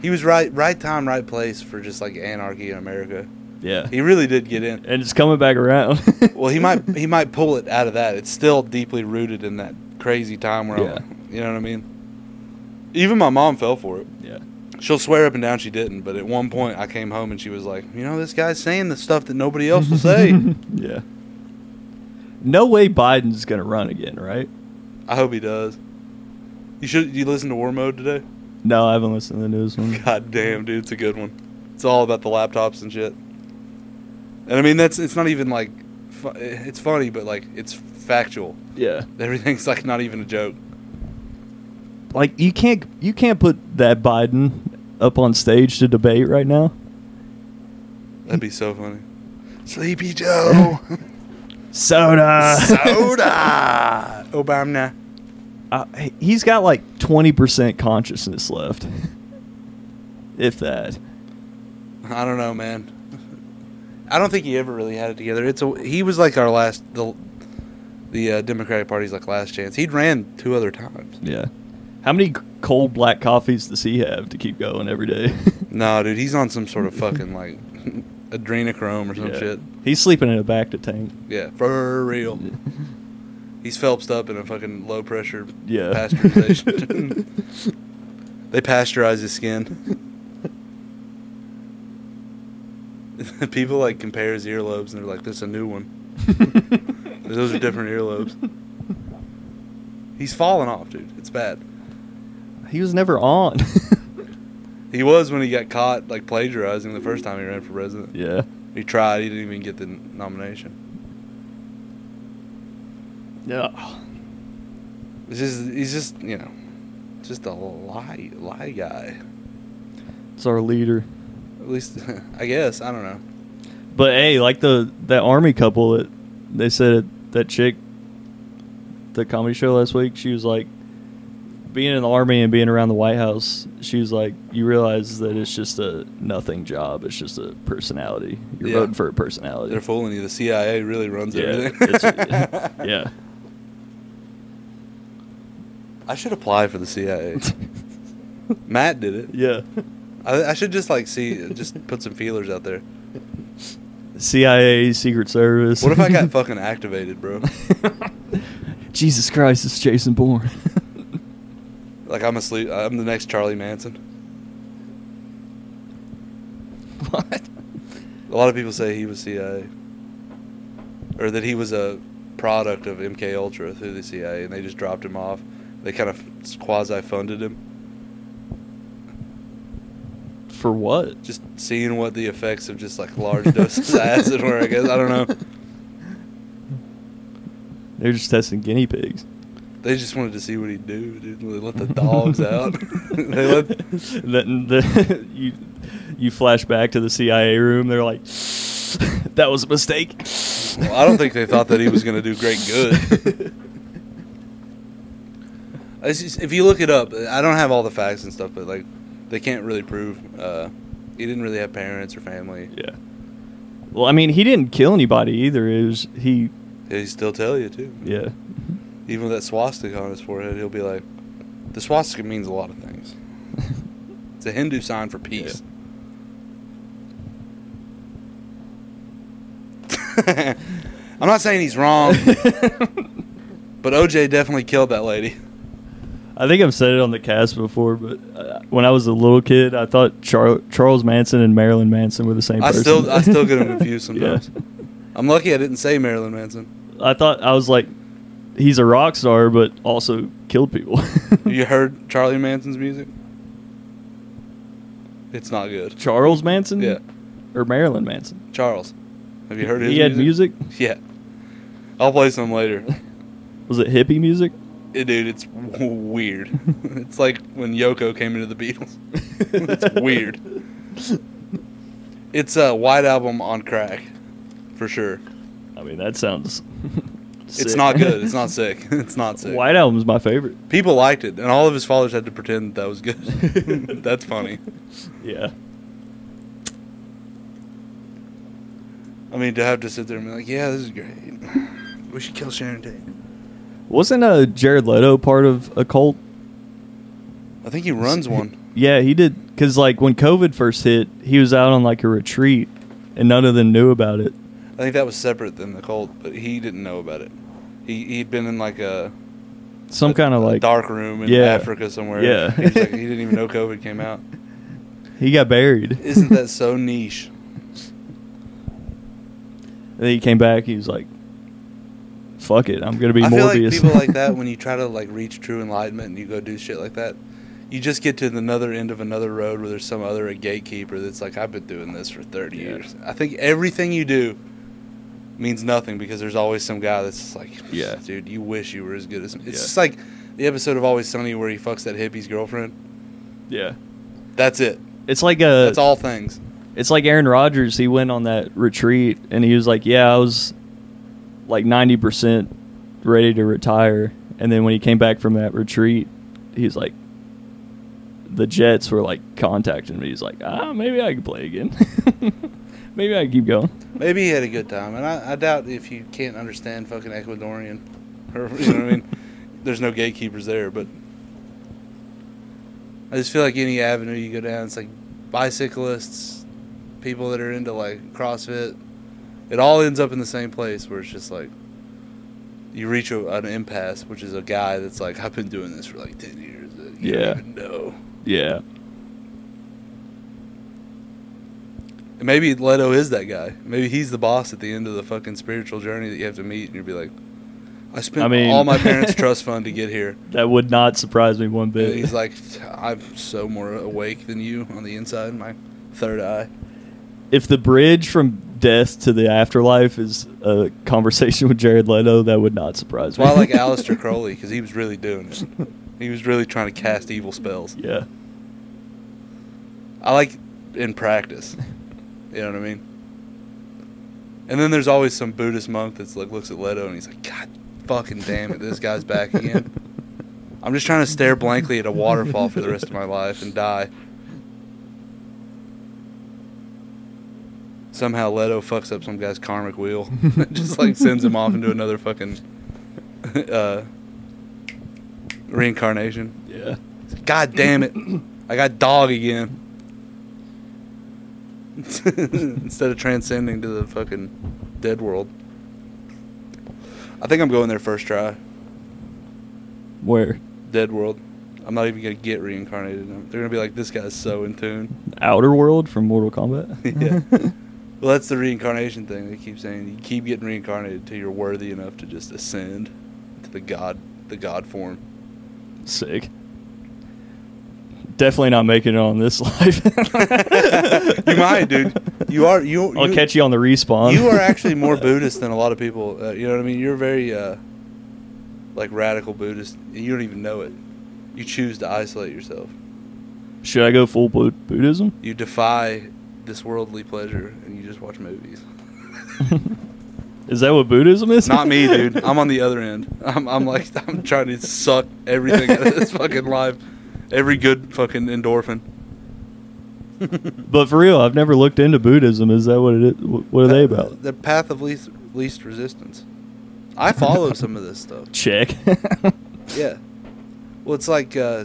Speaker 1: He was right right time right place for just like anarchy in America.
Speaker 2: yeah.
Speaker 1: He really did get in.
Speaker 2: And it's coming back around.
Speaker 1: Well, he might he might pull it out of that. It's still deeply rooted in that crazy time where
Speaker 2: Yeah.
Speaker 1: I'm, you know what I mean. Even my mom fell for it.
Speaker 2: yeah.
Speaker 1: She'll swear up and down she didn't, but at one point I came home and she was like, "You know, this guy's saying the stuff that nobody else will say."
Speaker 2: Yeah. No way Biden's going to run again, right?
Speaker 1: I hope he does. You should you listen to War Mode today?
Speaker 2: No, I haven't listened to the news one.
Speaker 1: God damn, dude, it's a good one. It's all about the laptops and shit. And I mean, that's it's not even like fu- eh, it's funny, but like it's factual.
Speaker 2: Yeah.
Speaker 1: Everything's like not even a joke.
Speaker 2: like you can't you can't put that Biden up on stage to debate right now.
Speaker 1: That'd be so funny. Sleepy Joe,
Speaker 2: Soda.
Speaker 1: soda, Obama.
Speaker 2: Uh, he- he's got like twenty percent consciousness left, if that.
Speaker 1: I don't know, man. I don't think he ever really had it together. It's a he was like our last the the uh, Democratic Party's like last chance. He'd ran two other times.
Speaker 2: Yeah. How many cold black coffees does he have to keep going every day?
Speaker 1: Nah, dude, he's on some sort of fucking like adrenochrome or some
Speaker 2: Yeah.
Speaker 1: shit.
Speaker 2: He's sleeping in a back to tank.
Speaker 1: Yeah, for real. He's Phelpsed up in a fucking low pressure
Speaker 2: Yeah.
Speaker 1: pasteurization. they pasteurize his skin. People like compare his earlobes and they're like, "This is a new one." Those are different earlobes. He's falling off, dude. It's bad.
Speaker 2: He was never on.
Speaker 1: He was when he got caught like plagiarizing the first time he ran for president.
Speaker 2: yeah.
Speaker 1: He tried. He didn't even get the n- nomination.
Speaker 2: Yeah.
Speaker 1: It's just he's just you know, just a lie lie guy.
Speaker 2: It's our leader.
Speaker 1: At least, I guess. I don't know.
Speaker 2: But hey, like the that army couple that they said it, that chick, the comedy show last week, she was like, being in the army and being around the White House, she was like, you realize that it's just a nothing job. It's just a personality. You're
Speaker 1: Yeah.
Speaker 2: voting for a personality.
Speaker 1: They're fooling you. The CIA really runs
Speaker 2: yeah,
Speaker 1: everything.
Speaker 2: it's a- yeah.
Speaker 1: I should apply for the CIA. Matt did it.
Speaker 2: Yeah.
Speaker 1: I, I should just like see, just put some feelers out there.
Speaker 2: CIA, Secret Service.
Speaker 1: What if I got fucking activated, bro?
Speaker 2: Jesus Christ, it's Jason Bourne.
Speaker 1: Like I'm asleep. I'm the next Charlie Manson.
Speaker 2: what?
Speaker 1: A lot of people say he was CIA, or that he was a product of MK Ultra through the CIA, and they just dropped him off. They kind of quasi funded him,
Speaker 2: For what?
Speaker 1: just seeing what the effects of just like large doses of acid were. I guess I don't know.
Speaker 2: They're just testing guinea pigs.
Speaker 1: They just wanted to see what he'd do, dude. They let the dogs out. they let
Speaker 2: Then the, you you flash back to the CIA room. They're like, that was a mistake.
Speaker 1: Well, I don't think they thought that he was going to do great good. It's just- if you look it up, I don't have all the facts and stuff, but like, they can't really prove uh, he didn't really have parents or family.
Speaker 2: yeah. Well, I mean, he didn't kill anybody either. It was he.
Speaker 1: He'd still tell you too,
Speaker 2: Yeah.
Speaker 1: even with that swastika on his forehead. He'll be like, "The swastika means a lot of things. It's a Hindu sign for peace." I'm not saying he's wrong. But OJ definitely killed that lady.
Speaker 2: I think I've said it on the cast before, but uh, when I was a little kid, I thought Char- Charles Manson and Marilyn Manson were the same
Speaker 1: I
Speaker 2: person.
Speaker 1: still I still get them confused
Speaker 2: yeah.
Speaker 1: sometimes. I'm lucky I didn't say Marilyn Manson.
Speaker 2: I thought I was like, he's a rock star, but also killed people.
Speaker 1: You heard Charlie Manson's music? It's not good.
Speaker 2: Charles Manson,
Speaker 1: Yeah,
Speaker 2: or Marilyn Manson.
Speaker 1: Charles. Have you heard his?
Speaker 2: he had music?
Speaker 1: Yeah. I'll play some later.
Speaker 2: Was it hippie music?
Speaker 1: Eh, Dude, it's w- weird. it's like when Yoko came into the Beatles. it's weird. It's a white album on crack, for sure.
Speaker 2: I mean, that sounds.
Speaker 1: It's
Speaker 2: sick.
Speaker 1: not good. It's not sick. It's not sick.
Speaker 2: White Album's my favorite.
Speaker 1: People liked it, and all of his followers had to pretend that was good. That's funny.
Speaker 2: Yeah.
Speaker 1: I mean, to have to sit there and be like, "Yeah, this is great. We should kill Sharon Tate."
Speaker 2: Wasn't uh, Jared Leto part of a cult?
Speaker 1: I think he runs one.
Speaker 2: Yeah, he did. Because, like, when COVID first hit, he was out on, like, a retreat, and none of them knew about it.
Speaker 1: I think that was separate than the cult, but he didn't know about it. He he'd been in like a
Speaker 2: Some kind of,
Speaker 1: a
Speaker 2: like,
Speaker 1: dark room in
Speaker 2: Yeah.
Speaker 1: Africa somewhere.
Speaker 2: Yeah.
Speaker 1: he, was like, he didn't even know COVID came out.
Speaker 2: he got buried.
Speaker 1: Isn't that so niche?
Speaker 2: And then he came back, he was like, fuck it, I'm going to be
Speaker 1: I feel like
Speaker 2: Morbius.
Speaker 1: people like that when you try to like reach true enlightenment and you go do shit like that, you just get to the another end of another road where there's some other gatekeeper that's like, I've been doing this for thirty
Speaker 2: Yeah.
Speaker 1: years. I think everything you do means nothing because there's always some guy that's just like,
Speaker 2: Yeah.
Speaker 1: dude, you wish you were as good as me. It's
Speaker 2: Yeah.
Speaker 1: just like the episode of Always Sunny where he fucks that hippie's girlfriend.
Speaker 2: yeah.
Speaker 1: That's it.
Speaker 2: It's like uh, a,
Speaker 1: That's all things.
Speaker 2: it's like Aaron Rodgers. He went on that retreat and he was like, "Yeah, I was like ninety percent ready to retire." And then when he came back from that retreat, he's like, "The Jets were like contacting me." He's like, "Ah, maybe I can play again. maybe I can keep going."
Speaker 1: Maybe he had a good time, and I, I doubt if you can't understand fucking Ecuadorian, or you know what I mean. There's no gatekeepers there, but I just feel like any avenue you go down, it's like bicyclists, people that are into like CrossFit. It all ends up in the same place where it's just like you reach a, an impasse, which is a guy that's like, I've been doing this for like ten years. and You
Speaker 2: Yeah.
Speaker 1: Don't even know.
Speaker 2: Yeah,
Speaker 1: And maybe Leto is that guy. Maybe he's the boss at the end of the fucking spiritual journey that you have to meet, and you'll be like, "I spent
Speaker 2: I mean-
Speaker 1: all my parents' trust fund to get here."
Speaker 2: that would not surprise me one
Speaker 1: And
Speaker 2: bit.
Speaker 1: he's like, "I'm so more awake than you on the inside, my third eye."
Speaker 2: if the bridge from death to the afterlife is a conversation with Jared Leto, that would not surprise
Speaker 1: That's why I like
Speaker 2: me.
Speaker 1: Aleister Crowley because he was really doing it. He was really trying to cast evil spells.
Speaker 2: yeah.
Speaker 1: I like in practice. You know what I mean? And then there's always some Buddhist monk that's like looks at Leto and he's like, God fucking damn it, this guy's back again. I'm just trying to stare blankly at a waterfall for the rest of my life and die. Somehow Leto fucks up some guy's karmic wheel. just like sends him off into another fucking uh, reincarnation.
Speaker 2: Yeah.
Speaker 1: God damn it. I got dog again. Instead of transcending to the fucking dead world. I think I'm going there first try.
Speaker 2: Where?
Speaker 1: Dead world. I'm not even going to get reincarnated. They're going to be like, this guy's so in tune.
Speaker 2: Outer World from Mortal Kombat?
Speaker 1: yeah. Well, that's the reincarnation thing. They keep saying you keep getting reincarnated till you're worthy enough to just ascend to the god, the god form.
Speaker 2: Sick. Definitely not making it on this life.
Speaker 1: You might, dude. You are you.
Speaker 2: I'll
Speaker 1: you,
Speaker 2: catch you on the respawn.
Speaker 1: you are actually more Buddhist than a lot of people. Uh, you know what I mean? You're very uh, like radical Buddhist, and you don't even know it. You choose to isolate yourself.
Speaker 2: Should I go full Bu- Buddhism?
Speaker 1: You defy this worldly pleasure, and you just watch movies.
Speaker 2: Is that what Buddhism is?
Speaker 1: Not me, dude. I'm on the other end. I'm, I'm like I'm trying to suck everything out of this fucking life, every good fucking endorphin.
Speaker 2: but for real, I've never looked into Buddhism. Is that what it is? Wh- What are they about?
Speaker 1: The path of least least resistance. I follow some of this stuff.
Speaker 2: Check.
Speaker 1: Yeah. Well, it's like, uh,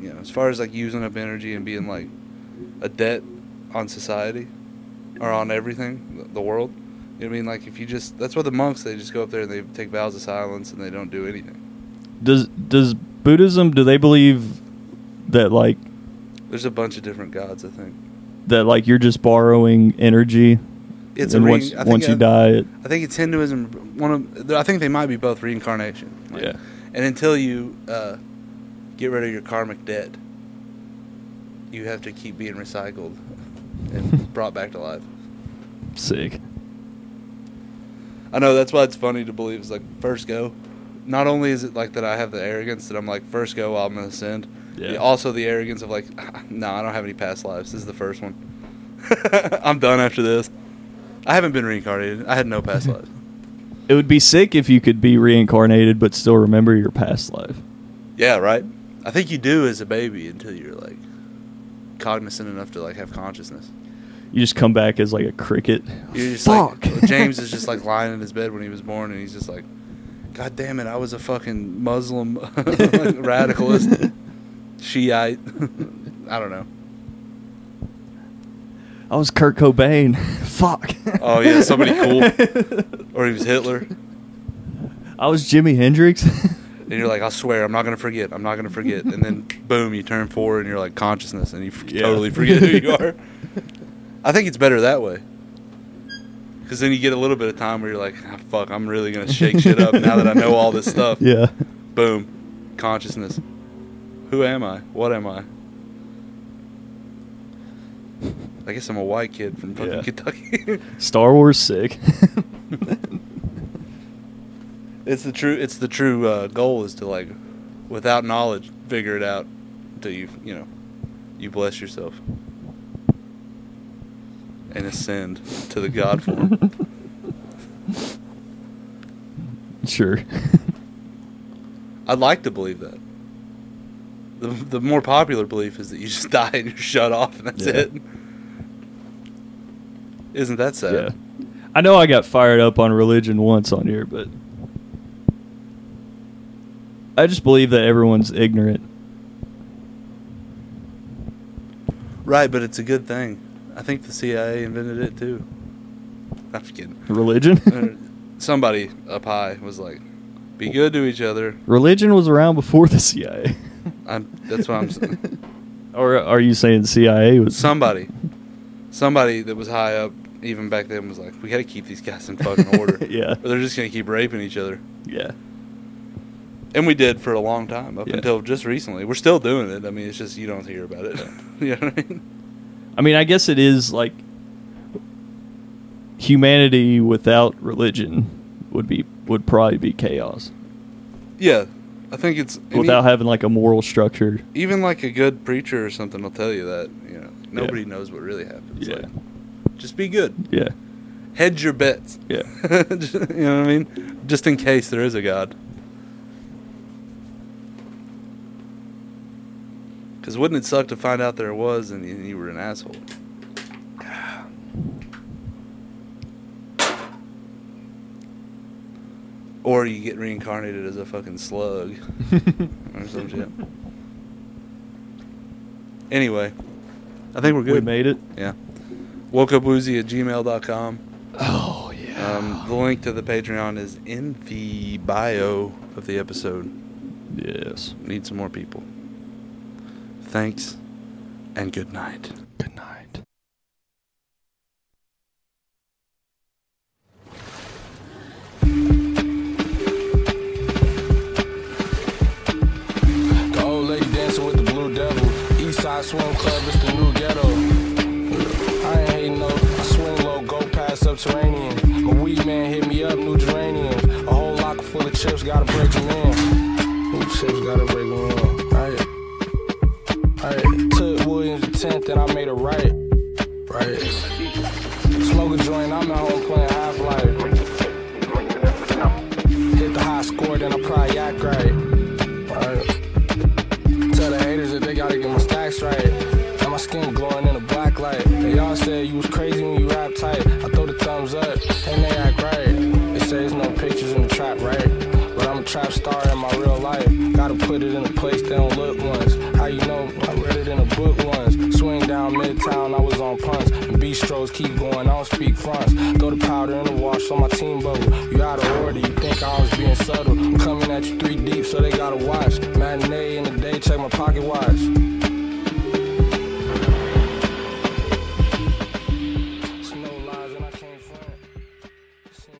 Speaker 1: you know, as far as like using up energy and being like a debt on society or on everything, th- the world, You know what I mean? Like if you just that's why the monks they just go up there and they take vows of silence and they don't do anything.
Speaker 2: Does does Buddhism do they believe that like
Speaker 1: There's a bunch of different gods, I think.
Speaker 2: that like you're just borrowing energy
Speaker 1: It's
Speaker 2: and
Speaker 1: a
Speaker 2: once
Speaker 1: re- I think
Speaker 2: once you
Speaker 1: I-
Speaker 2: die it,
Speaker 1: I think it's Hinduism. One of I think they might be both reincarnation. Like,
Speaker 2: yeah.
Speaker 1: And until you uh, get rid of your karmic debt, you have to keep being recycled and brought back to life.
Speaker 2: Sick.
Speaker 1: I know that's why it's funny to believe it's like first go. Not only is it like that, I have the arrogance that I'm like first go, I'm gonna send.
Speaker 2: Yeah.
Speaker 1: Also the arrogance of like, "Ah, no, I don't have any past lives. This is the first one. I'm done after this. I haven't been reincarnated. I had no past lives.
Speaker 2: It would be sick if you could be reincarnated but still remember your past life.
Speaker 1: Yeah, right. I think you do as a baby until you're like cognizant enough to like have consciousness.
Speaker 2: You just come back as like a cricket.
Speaker 1: You're just like oh,
Speaker 2: Fuck.
Speaker 1: James is just like lying in his bed when he was born, and he's just like, "God damn it, I was a fucking Muslim like, radicalist, Shiite." I don't know.
Speaker 2: I was Kurt Cobain. Fuck.
Speaker 1: Oh yeah, somebody cool, or he was Hitler,
Speaker 2: I was Jimi Hendrix.
Speaker 1: and you're like, "I swear, I'm not gonna forget. I'm not gonna forget." And then boom, you turn four, and you're like consciousness, and you f-
Speaker 2: Yeah.
Speaker 1: totally forget who you are. I think it's better that way. Because then you get a little bit of time where you're like, ah, fuck, I'm really going to shake shit up now that I know all this stuff.
Speaker 2: yeah.
Speaker 1: Boom. Consciousness. Who am I? What am I? I guess I'm a white kid from fucking
Speaker 2: Yeah.
Speaker 1: Kentucky.
Speaker 2: Star Wars sick.
Speaker 1: it's the true. It's the true uh, goal is to like, without knowledge, figure it out until you you know, you bless yourself and ascend to the God form.
Speaker 2: sure.
Speaker 1: I'd like to believe that. The, the more popular belief is that you just die and you're shut off and that's
Speaker 2: Yeah.
Speaker 1: it. Isn't that sad?
Speaker 2: yeah. I know I got fired up on religion once on here, but I just believe that everyone's ignorant.
Speaker 1: Right, but it's a good thing. I think the CIA invented it too. I'm just kidding.
Speaker 2: Religion?
Speaker 1: Or Somebody up high was like, "Be good to each other."
Speaker 2: religion was around before the CIA.
Speaker 1: I'm, that's what I'm. s-
Speaker 2: Or are you saying CIA was
Speaker 1: Somebody, somebody that was high up even back then was like, "We got to keep these guys in fucking order,
Speaker 2: yeah.
Speaker 1: or they're just gonna keep raping each other."
Speaker 2: Yeah.
Speaker 1: And we did for a long time, up
Speaker 2: Yeah.
Speaker 1: until just recently. We're still doing it. I mean, it's just you don't hear about it. you know what I mean?
Speaker 2: I mean, I guess it is like humanity without religion would be would probably be chaos
Speaker 1: Yeah, I think it's any-
Speaker 2: without having like a moral structure.
Speaker 1: even like a good preacher or something will tell you that you know nobody knows what really happened. It's
Speaker 2: Yeah.
Speaker 1: like, just be good.
Speaker 2: Yeah.
Speaker 1: Hedge your bets.
Speaker 2: Yeah.
Speaker 1: you know what I mean? Just in case there is a god. Because wouldn't it suck to find out there was and you, you were an asshole? Or you get reincarnated as a fucking slug or some shit. Anyway, I think we're good.
Speaker 2: We made it.
Speaker 1: Yeah. Wokeupwoozy at gmail.com.
Speaker 2: Oh yeah.
Speaker 1: Um, the link to the Patreon is in the bio of the episode.
Speaker 2: Yes.
Speaker 1: Need some more people. Thanks and good night.
Speaker 2: Good night.
Speaker 6: The old lady dancing with the blue devil. Eastside Swim Club, it's the new ghetto. I ain't hating no, I swing low, go past subterranean. My weed man hit me up, new geranium. A whole locker full of chips, gotta break them in. Ooh, chips, gotta break them in. Alright. Alright. Took Williams the 10th and I made a right. Right. Smoke a joint, I'm at home playing half life. Hit the high score, then I probably act right. Alright. Tell the haters that they gotta get my stacks right. And my skin glowing in the black light. They all said you was crazy when you rap tight. I throw the thumbs up, and they act right. They say there's no pictures in the trap, right? But I'm a trap star in my real life. Gotta put it in a place they don't look once. How you know? I read it in a book once. Swing down midtown, I was on punts. And B strokes keep going, I don't speak fronts. Throw the powder in the wash on my team bubble. You out of order, you think I was being subtle. I'm coming at you three deep, so they gotta watch. Matinee in the day, check my pocket watch.